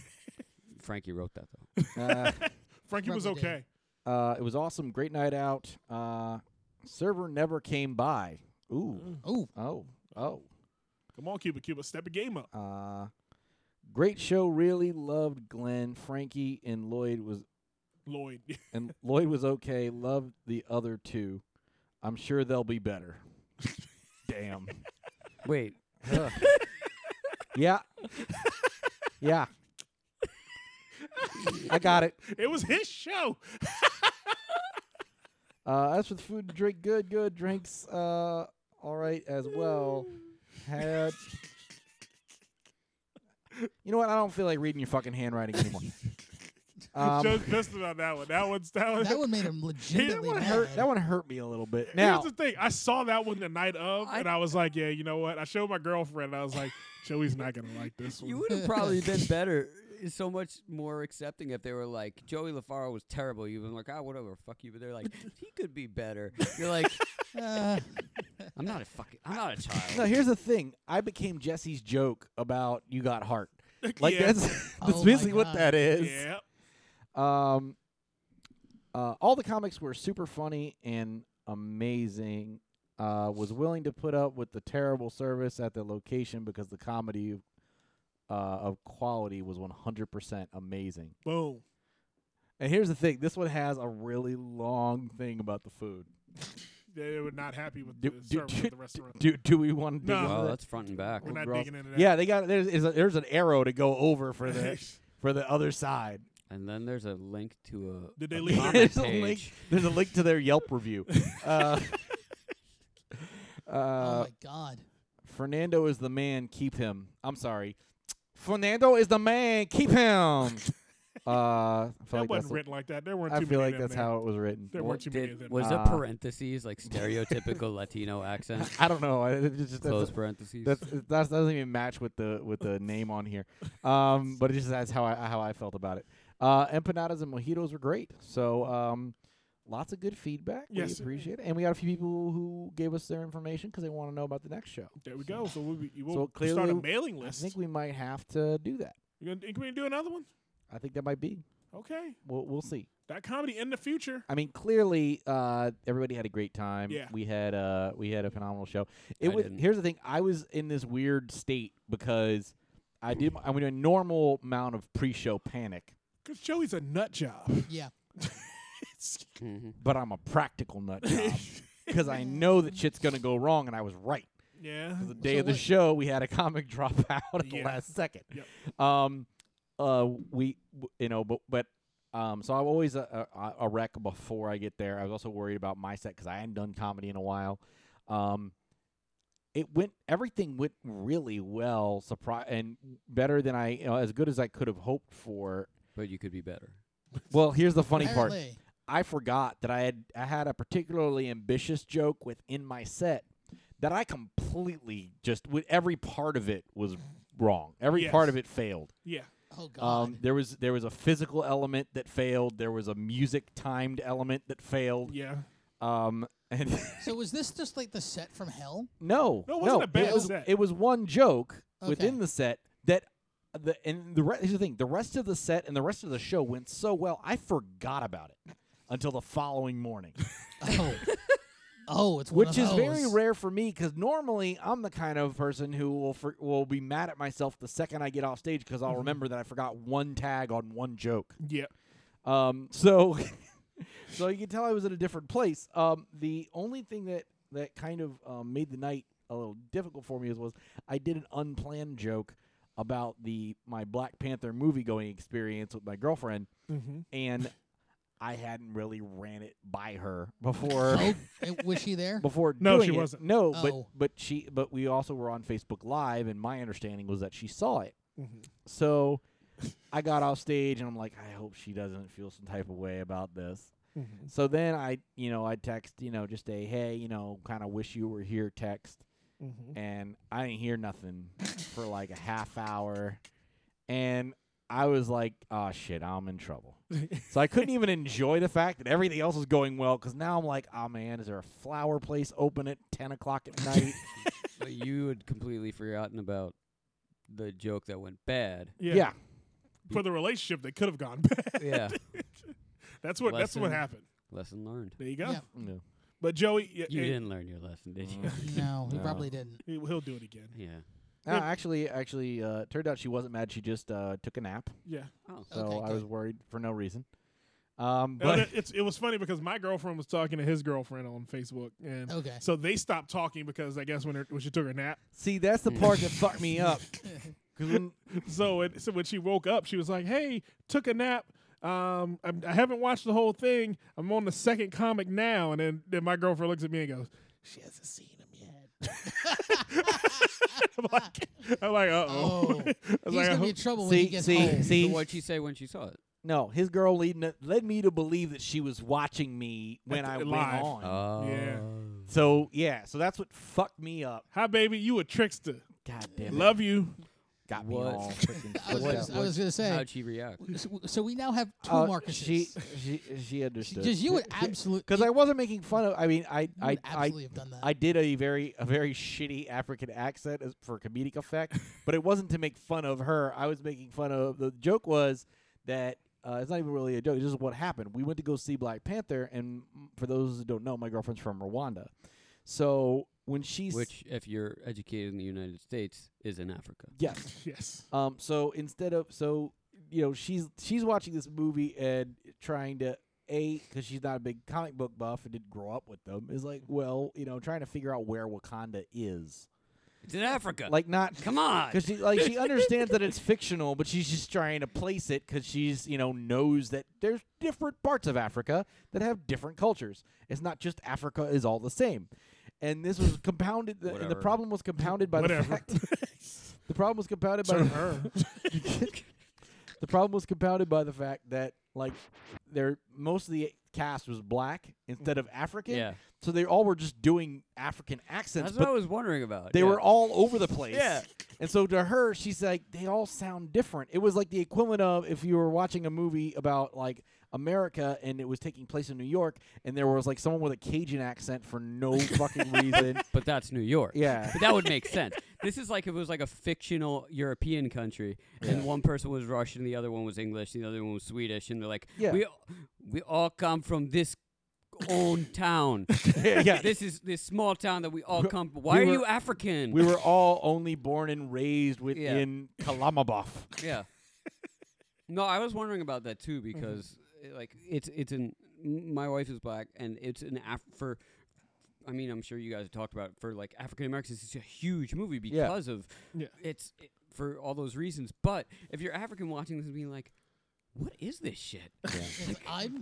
Frankie wrote that though.
Uh,
Frankie was
Probably
okay.
uh, it was awesome. Great night out. Uh, server never came by.
Mm.
Ooh.
Ooh,
Oh. Oh.
Come on, Cuba Cuba, step a game up.
Uh, great show. Really loved Glenn, Frankie, and Lloyd was
Lloyd.
and Lloyd was okay. Loved the other two. I'm sure they'll be better. Damn.
Wait,
Yeah. Yeah. I got it.
it was his show.
Uh, as for the food and drink, good, good drinks. Uh, all right as well. Had. You know what? I don't feel like reading your fucking handwriting anymore. Um,
Joe's pissed about that one. That one's that one.
that one made him legitimately
wanna
mad.
hurt, that one hurt me a little bit.
Here's
Now,
the thing. I saw that one the night of, and I was like, "Yeah, you know what?" I showed my girlfriend. I was like, "Joey's not gonna like this one."
you would have probably been better, eh, so much more accepting if they were like Joey LaFaro was terrible. You've been like, ah, whatever, fuck you. But they're like, he could be better. You're like,
Uh,
I'm not a fucking, I'm not a child.
No, here's the thing. I became Jesse's joke about you got heart. Like
Yeah.
that's that's
Oh my
basically what
God.
that is.
yeah.
Um, uh, all the comics were super funny and amazing. uh, was willing to put up with the terrible service at the location because the comedy uh, of quality was 100% amazing.
Boom.
And here's the thing: this one has a really long thing about the food.
They were not happy with
Do
the
do,
service
do,
at the restaurant.
do, do we want to?
No.
do
Wow,
Wow, that's front and back.
We're not
Ross.
digging into that.
Yeah, they got there's is a, there's an arrow to go over for the for the other side.
And then there's a link to a.
Did they
a
leave-
comment
there's a
page.
link. There's a link to their Yelp review. Uh,
oh
uh,
my god.
Fernando is the man. Keep him. I'm sorry. Fernando is the man. Keep him.
that
uh, I feel like that's,
wasn't written like that. There weren't
I
too
feel
many
like
of them
that's
there.
how it was written.
There
What
weren't too many
did-
of them.
was a
Uh,
parentheses like stereotypical Latino accent?
I don't know. I, it just, that's-
Close parentheses.
That's, that doesn't even match with the with the name on here, um, but it just that's how I how I felt about it. Uh, empanadas and mojitos were great, so um, lots of good feedback.
Yes,
we
sir.
appreciate it, and we got a few people who gave us their information because they want to know about the next show.
There we go. So we'll, be, we'll
So
start a
clearly,
mailing
I
list.
think we might have to do that.
You're gonna, can we do another one?
I think that might be.
Okay.
We'll we'll see.
That comedy in the future.
I mean, clearly, uh, everybody had a great time.
Yeah.
we had uh, we had a phenomenal show. It
I
was.
didn't.
Here's the thing: I was in this weird state because I did. I'm in a normal amount of pre-show panic,
Because Joey's a nut job.
Yeah.
Mhm.
but I'm a practical nut job because I know that shit's gonna go wrong, and I was right.
yeah.
The day
So
of the
what-
show, we had a comic drop out at the
Yeah.
last second.
Yep.
Um, uh, we, w- you know, but but. Um, so I'm always a, a, a wreck before I get there. I was also worried about my set because I hadn't done comedy in a while. Um, it went everything went really well, surprise and better than I, you know, as good as I could have hoped for.
But you could be better.
Well, here's the funny part:
Apparently.
I forgot that I had I had a particularly ambitious joke within my set that I completely just with every part of it was wrong. Every
Yes.
part of it failed.
Yeah.
Oh god.
Um, there was there was a physical element that failed. There was a music timed element that failed.
Yeah.
Um, and
so was this just like the set from hell?
no,
No, it wasn't a bad
it was,
set.
It was one joke within
Okay.
the set that the and the re- here's the thing: the rest of the set and the rest of the show went so well, I forgot about it until the following morning.
Oh. oh, it's one
which
of
is very
those.
rare for me because normally I'm the kind of person who will for, will be mad at myself the second I get off stage because
Mm-hmm.
I'll remember that I forgot one tag on one joke.
Yeah.
Um, so so you can tell I was in a different place. Um, the only thing that that kind of um, made the night a little difficult for me is was I did an unplanned joke about the my Black Panther movie going experience with my girlfriend
Mm-hmm.
and. I hadn't really ran it by her before
Oh, it- was she there?
before
No,
doing
she
it.
wasn't.
No, but
Oh.
but she but we also were on Facebook Live, and my understanding was that she saw it.
Mhm.
So I got off stage, and I'm like, I hope she doesn't feel some type of way about this.
Mhm.
So then I, you know, I text, you know, just a hey, you know, kind of wish you were here text,
Mhm.
and I didn't hear nothing for like a half hour, and I was like, oh shit, I'm in trouble.
Mm-hmm.
So I couldn't even enjoy the fact that everything else was going well because now I'm like, oh man, is there a flower place open at 10 o'clock at night?
But you had completely forgotten about the joke that went bad.
yeah. For the relationship that could have gone bad.
Yeah.
That's what that's what
Lesson.
happened.
lesson learned.
There you go.
Yeah.
No.
But Joey, yeah,
You
eh,
didn't learn your lesson, did you?
No, he
No.
probably didn't.
he- he'll do it again.
yeah.
No, actually, actually, uh, it turned out she wasn't mad. She just uh, took a nap.
Yeah.
Oh.
So
Okay,
I was
good.
worried for no reason. Um,
And
but
it- it's it was funny because my girlfriend was talking to his girlfriend on Facebook, and
Okay.
so they stopped talking because I guess when her, when she took her nap,
see, that's the part that fucked me up. 'Cause when-
so it, so when she woke up, she was like, "Hey, took a nap. Um, I'm, I haven't watched the whole thing. I'm on the second comic now." And then, then my girlfriend looks at me and goes,
She hasn't seen him yet.
"I'm like, I'm like, uh
Oh,
oh."
he's gonna be in trouble when he
see,
gets
see,
home.
So
see,
what'd she say when she saw it?
no, his girl lead, led me to believe that she was watching me when
At-
I
at
went
live.
on.
Oh.
Yeah.
so yeah, so that's what fucked me up.
Hi, baby, you a trickster.
God damn it,
Love you.
got me
What?
all freaking.
I
fucked
was, gonna,
up.
I was gonna say.
How'd she react?
So, so we now have two
Uh,
Marcuses.
She she she understood.
Because you would absolutely,
because I wasn't making fun of. I mean, I I I,
absolutely have done that.
I did a very a very shitty African accent as, for comedic effect, but it wasn't to make fun of her. I was making fun of the joke was that. Uh, it's not even really a joke. This is what happened. We went to go see Black Panther, and mm, for those who don't know, my girlfriend's from Rwanda, So when she's
Which, if you're educated in the United States, is in Africa.
yes,
Yes.
Um, so instead of so you know she's she's watching this movie and trying to a because she's not a big comic book buff and didn't grow up with them is like well you know trying to figure out where Wakanda is
It's in Africa.
like not
come on.
because she like she understands that it's fictional but she's just trying to place it because she's you know knows that there's different parts of Africa that have different cultures it's not just Africa is all the same. And this was compounded. The, and the
Whatever.
problem was compounded by the
Whatever.
fact. The problem was compounded by
So
the
her.
the problem was compounded by the fact that like their most of the cast was black instead of African.
Yeah.
So they all were just doing African accents,
That's what
but
I was wondering about.
they
yeah.
were all over the place.
Yeah.
And so to her, she's like, they all sound different. It was like the equivalent of if you were watching a movie about like America and it was taking place in New York and there was like someone with a Cajun accent for no fucking reason.
But that's New York.
Yeah.
But that would make sense. This is like if it was like a fictional European country, and one person was Russian, the other one was English, and the other one was Swedish, and they're like,
Yeah.
we we all come from this old town.
yeah.
This is this small town that we all come. from. Why
we
are
were-
you African?
We were all only born and raised within Kalamabov.
yeah. No, I was wondering about that too because uh, like it's it's an m- my wife is black and it's an Af- for I mean I'm sure you guys have talked about it, for like African Americans it's a huge movie
Yeah.
because of
Yeah.
it's it, for all those reasons. But if you're African watching this and being like, what is this shit?
Like, I'm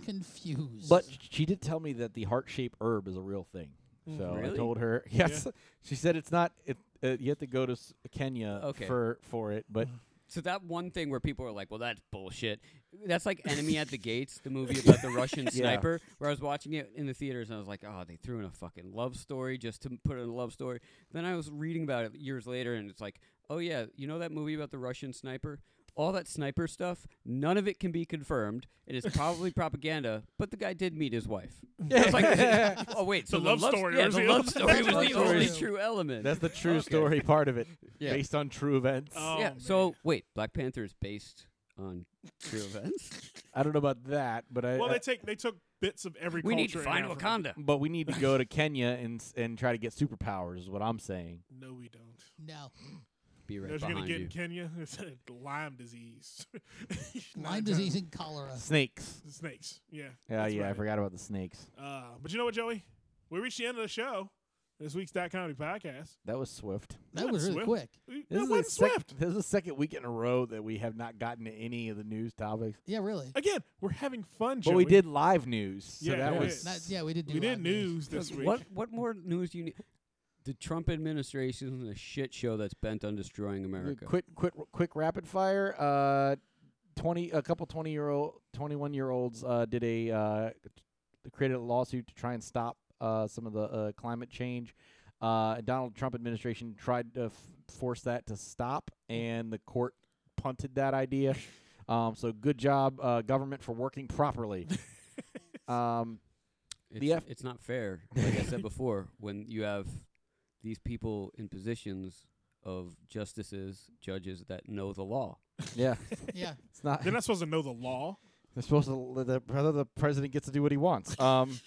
confused.
But she did tell me that the heart shaped herb is a real thing. So I
Mm, Really?
told her yes. She said it's not. It, uh, you have to go to s- Kenya
Okay. Mm.
for for it, but
So that one thing where people are like, "Well, that's bullshit." That's like Enemy at the Gates, the movie about the Russian sniper. Where I was watching it in the theaters and I was like, "Oh, they threw in a fucking love story just to m- put in a love story." Then I was reading about it years later, and it's like, "Oh yeah, you know that movie about the Russian sniper? All that sniper stuff, none of it can be confirmed. It is probably propaganda, but the guy did meet his wife." I was like, "Oh wait, so
The love story
yeah,
was
the
the
love
only-
story was
Love
the only
story.
true element."
that's the true
Okay.
story part of it,
Yeah.
based on true events.
Oh,
yeah.
man.
So wait, Black Panther is based on true events.
I don't know about that, but I.
Well,
I-
they take they took bits of every.
We need
culture
to
in
find
Africa.
Wakanda.
but we need to go to Kenya and s- and try to get superpowers. Is what I'm saying.
No, we don't.
no,
Be
You
right
know what you're gonna
behind
get
you.
in Kenya? It's Lyme disease.
Lyme
Nine
disease
times-
and cholera.
Snakes.
Snakes. Yeah.
Yeah,
that's
yeah. I
about it.
forgot about the snakes.
Uh, but you know what, Joey? We reached the end of the show. This week's Dot Comedy Podcast.
That was swift.
That
Not
was really
Swift.
quick.
We-
This
That
is
wasn't
the sec-
swift.
This is the second week in a row that we have not gotten to any of the news topics.
Yeah, really.
Again, we're having fun.
But we did live news, so
Yeah,
that
we
was
did.
That- yeah, we did do
We
live
did news this week.
What what more news do you need? The Trump administration is a shit show that's bent on destroying America.
quick, quick, quick, rapid fire. Uh, twenty, a couple twenty-year-old, twenty-one-year-olds uh, did a uh, t- created a lawsuit to try and stop uh, some of the uh, climate change. Uh, Donald Trump administration tried to f- force that to stop, and the court punted that idea. Um, so good job, uh, government, for working properly. um,
It's,
the F-
it's not fair. Like I said before, when you have these people in positions of justices, judges that know the law.
yeah,
Yeah.
it's not.
They're not supposed to know the law.
They're supposed to let the, whether the president gets to do what he wants. Um,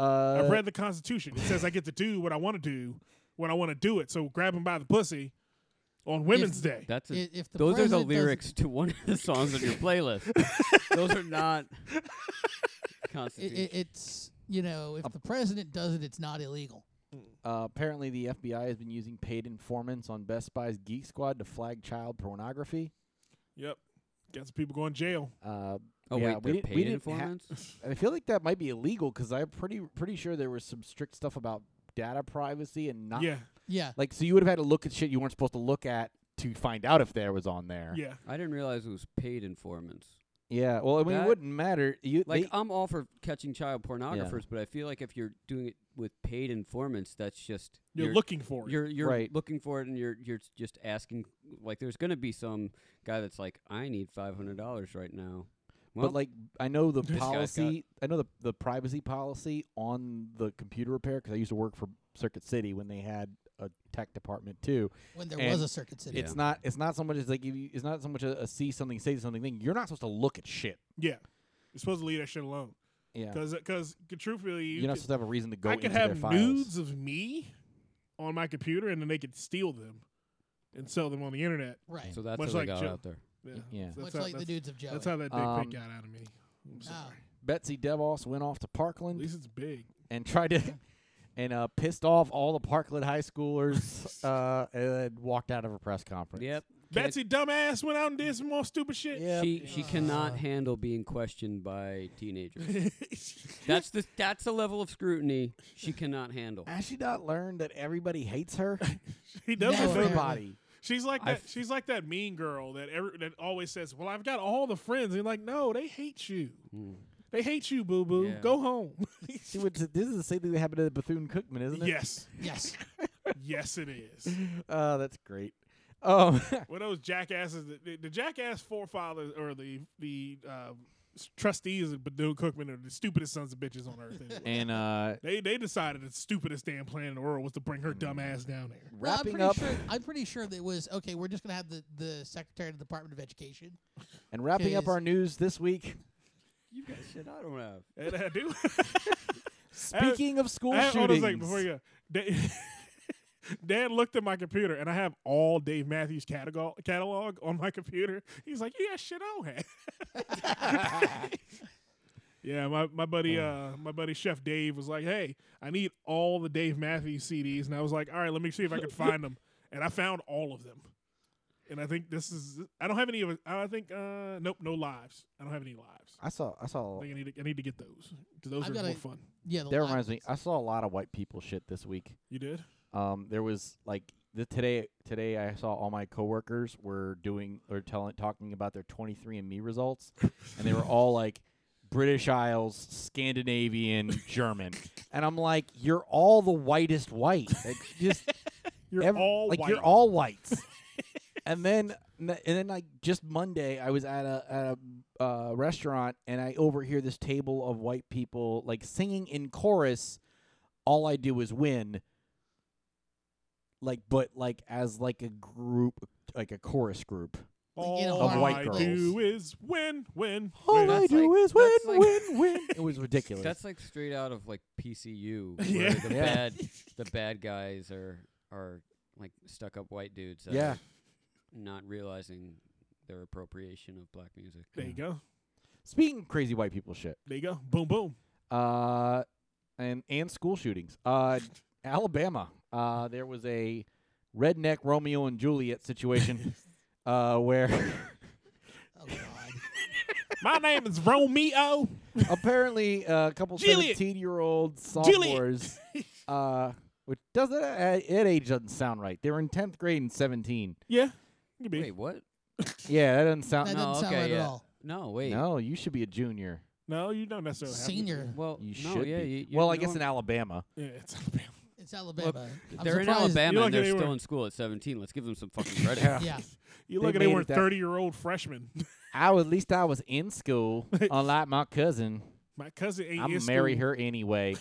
uh,
I've read the Constitution. It says I get to do what I want to do when I want to do it. So grab him by the pussy on Women's Day.
That's a,
I- if the
those are the
president doesn't-
lyrics to one of the songs on your playlist. those are not
It,
constitutional.
it, it's you know, if the president does it, it's not illegal.
uh, apparently, the FBI has been using paid informants on Best Buy's Geek Squad to flag child pornography.
Yep. Got some people going to jail.
Uh, yeah,
oh wait,
we
they're
didn't- we
paid
didn't ha-
informants.
I feel like that might be illegal because I'm pretty pretty sure there was some strict stuff about data privacy and not
Yeah.
Yeah.
like so you would have had to look at shit you weren't supposed to look at to find out if there was on there.
Yeah.
I didn't realize it was paid informants.
Yeah, Well, I mean, it
That-
wouldn't matter. You
Like
they-
I'm all for catching child pornographers, but I feel like if you're doing it with paid informants, that's just
You're, looking for it.
you're you're
Right.
looking for it, and you're you're just asking. Like, there's gonna be some guy that's like, I need five hundred dollars right now. Well,
but like I know the
This
guy's got-
policy, I know the the privacy policy on the computer repair because I used to work for Circuit City when they had a tech department too.
When there
and
was a circuit city.
It's not it's not so much as like if you, it's not so much a, a see something say something thing. You're not supposed to look at shit.
yeah. You're supposed to leave that shit alone.
Yeah.
Because, because truthfully, you
You're not
could-
supposed to have a reason to go
I
into
could
their
have
files.
nudes of me on my computer, and then they could steal them and sell them on the internet.
Right.
So that's
Much
what they
like
got
Joe.
out there.
Yeah,
yeah.
that's
Much
how-
like the
that's-
dudes of Joey. Ah,
That's how that dick
Um,
pic got out of me. I'm sorry.
Betsy DeVos went off to
At
Parkland
least it's big.
and tried to and uh, pissed off all the Parkland high schoolers uh, and walked out of a press conference.
Yep.
Betsy dumbass went out and did some more stupid shit.
Yep.
She she cannot handle being questioned by teenagers. that's the that's the level of scrutiny she cannot handle.
Has she not learned that everybody hates her?
he doesn't.
Never.
know.
Everybody.
She's like
I
that. She's like that mean girl that every that always says, "Well, I've got all the friends." And like, no, they hate you.
Hmm.
They hate you, boo boo.
Yeah.
Go home.
She went to, this is the same thing that happened to Bethune Cookman, isn't it?
yes,
Yes.
yes, it is.
Uh, that's great. Um,
Well, those jackasses, the- the, the jackass forefathers or the the um, s- trustees of Bethune Cookman are the stupidest sons of bitches on earth. anyway.
and uh,
they they decided the stupidest damn plan in the world was to bring her dumb ass down there.
Well, I'm
wrapping
pretty
up
Sure, I'm pretty sure that it was okay. We're just gonna have the, the Secretary of the Department of Education.
and wrapping up
Cause-
our news this week.
You got shit I don't have.
And I do.
Speaking of school
I have, hold on a
shootings,
second before you go. Dan, Dan looked at my computer and I have all Dave Matthews catalog catalog on my computer. He's like, "Yeah, shit, I don't have." yeah, my my buddy, uh, my buddy Chef Dave was like, "Hey, I need all the Dave Matthews CDs," and I was like, "All right, let me see if I can find them." And I found all of them. And I think this is. I don't have any of it. I don't think. Uh, nope, no lives. I don't have any lives.
I saw I
I
saw
think I need to. I need to get those because those
I've
are
got
more
a-
fun.
Yeah, the
that
live
reminds me.
ones.
I saw a lot of white people shit this week.
You did.
Um, there was like the today today I saw all my coworkers were doing or telling talking about their 23andMe results, and they were all like British Isles, Scandinavian, German, and I'm like, you're all the whitest white. Like, just
You're
ev-
all
like
white.
you're all whites. and then and then like just Monday, I was at a at a uh, restaurant and I overhear this table of white people like singing in chorus. All I do is win. Like, but like as like a group, like a chorus group.
Like, in a
All
Of white
I
girls.
do is win, win,
All
win.
I
That's
do
like-
is win,
that's like-
win, win. It was ridiculous.
That's like straight out of like PCU. Where
Yeah.
The
Yeah.
bad the bad guys are are like stuck up white dudes. that
Yeah.
are Not realizing their appropriation of black music.
There you go.
Speaking of crazy white people shit.
There you go. Boom, boom.
uh, and and school shootings. Uh, Alabama. Uh, there was a redneck Romeo and Juliet situation uh, where
Oh God.
My name is Romeo.
apparently uh, a couple
Juliet.
seventeen-year-old
Juliet.
sophomores, uh, which doesn't at at age doesn't sound right. They were in tenth grade and seventeen.
Yeah. You be.
Wait, what?
Yeah, that doesn't
That
sound.
no,
doesn't sound
okay,
right
yeah.
at all.
No, wait.
No, you should be a junior.
No, you don't necessarily have to.
Senior.
Well,
You
no,
should
yeah.
be.
You, you
well, I
know
guess
what?
in Alabama.
Yeah, it's Alabama.
It's Alabama. I'm
they're in
surprised-
Alabama
You're
and
lucky
they're
they
still
weren't-
in school at 17. Let's give them some fucking credit.
Yeah.
You
They
look at they
made
were
it that-
30 year old freshmen.
I at least I was in school, unlike my cousin.
My cousin ain't
I'm
in
marry
school.
her anyway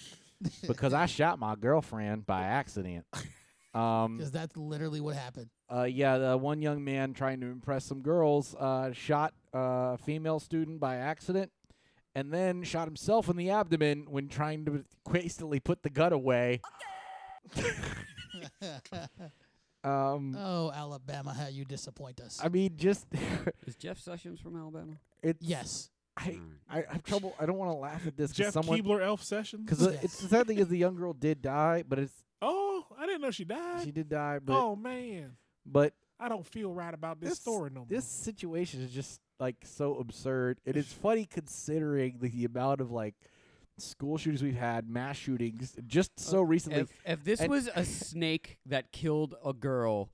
because I shot my girlfriend by accident. Um,
Because that's literally what happened.
uh, yeah, the one young man trying to impress some girls uh, shot a female student by accident and then shot himself in the abdomen when trying to hastily put the gun away. um,
Uh,
Oh, Alabama, how you disappoint us.
I mean, just
Is Jeff Sessions from Alabama?
it's
yes.
I, I, I have trouble. I don't want to laugh at this. 'cause
Jeff
someone,
Keebler Elf Sessions.
Because it's the sad thing is the young girl did die, but it's
oh, I didn't know she died.
she did die, but
oh, man.
but
I don't feel right about this, story no more.
This situation is just like so absurd. It is funny considering the, the amount of like school shootings we've had, mass shootings just so recently.
If, if this
and-
was a snake that killed a girl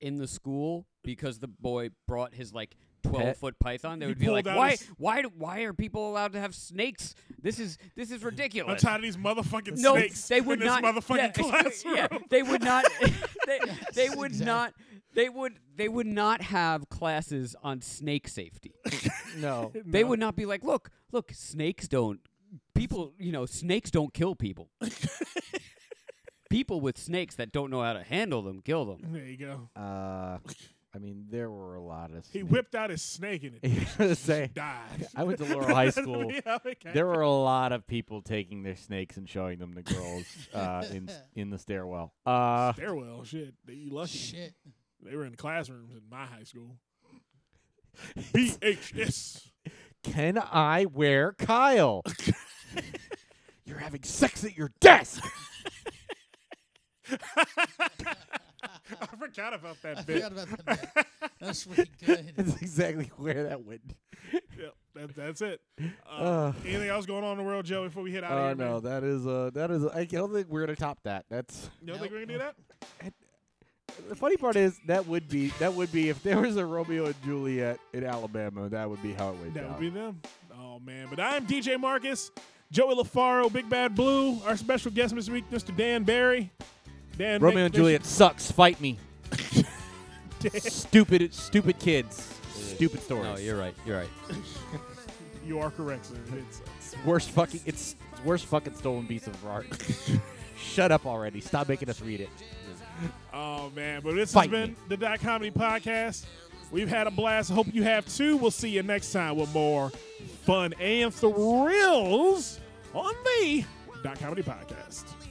in the school because the boy brought his like twelve foot python, they
He
would be like,
pulled out
"Why?
his-
Why? do- Why are people allowed to have snakes? This is this is
I'm
ridiculous."
tired of these motherfucking
no,
snakes
they would
in
not.
this motherfucking
yeah,
classroom.
yeah, they would not. they, they would
exactly.
not. They would. They would not have classes on snake safety.
no,
They would not be like, look, look, snakes don't. People, you know, snakes don't kill people. people with snakes that don't know how to handle them kill them.
There you go.
uh, I mean, there were a lot of.
He
snake-
whipped out his snake and it
I was gonna say,
died.
I went to Laurel High
That's
School.
how it came.
There were a lot of people taking their snakes and showing them to girls uh, in s- in the stairwell. Uh,
stairwell shit. They- You lucky.
Shit.
They were in classrooms in my high school. BHS.
can I wear Kyle? You're having sex at your desk.
I forgot about
I
that bit.
forgot about that. bit. That's pretty good.
That's exactly where that went.
Yep, that, that's it. Uh,
Uh.
anything else going on in the world, Joe? Before we head out
Oh
of here,
no,
man?
that is uh, that is. I don't think we're gonna top that. That's
you don't think
Nope.
we can do that?
the funny part is that would be that would be if there was a Romeo and Juliet in Alabama, that would be how it would
That
down.
would be them. Oh man, but I'm DJ Marcus, Joey LaFaro, Big Bad Blue. Our special guest this week, Mr. Dan Barry. Dan
Romeo
make-
and
make-
Juliet sucks. Fight me. stupid, stupid kids. Stupid stories.
No, you're right. You're right.
You are correct, sir. It's, uh,
It's worst fucking. It's it's worst fucking stolen piece of art. Shut up already. Stop making us read it.
oh man, but this
Fight
has been
me.
the Dot Comedy Podcast. We've had a blast. Hope you have too. We'll see you next time with more fun and thrills on the Dot Comedy Podcast.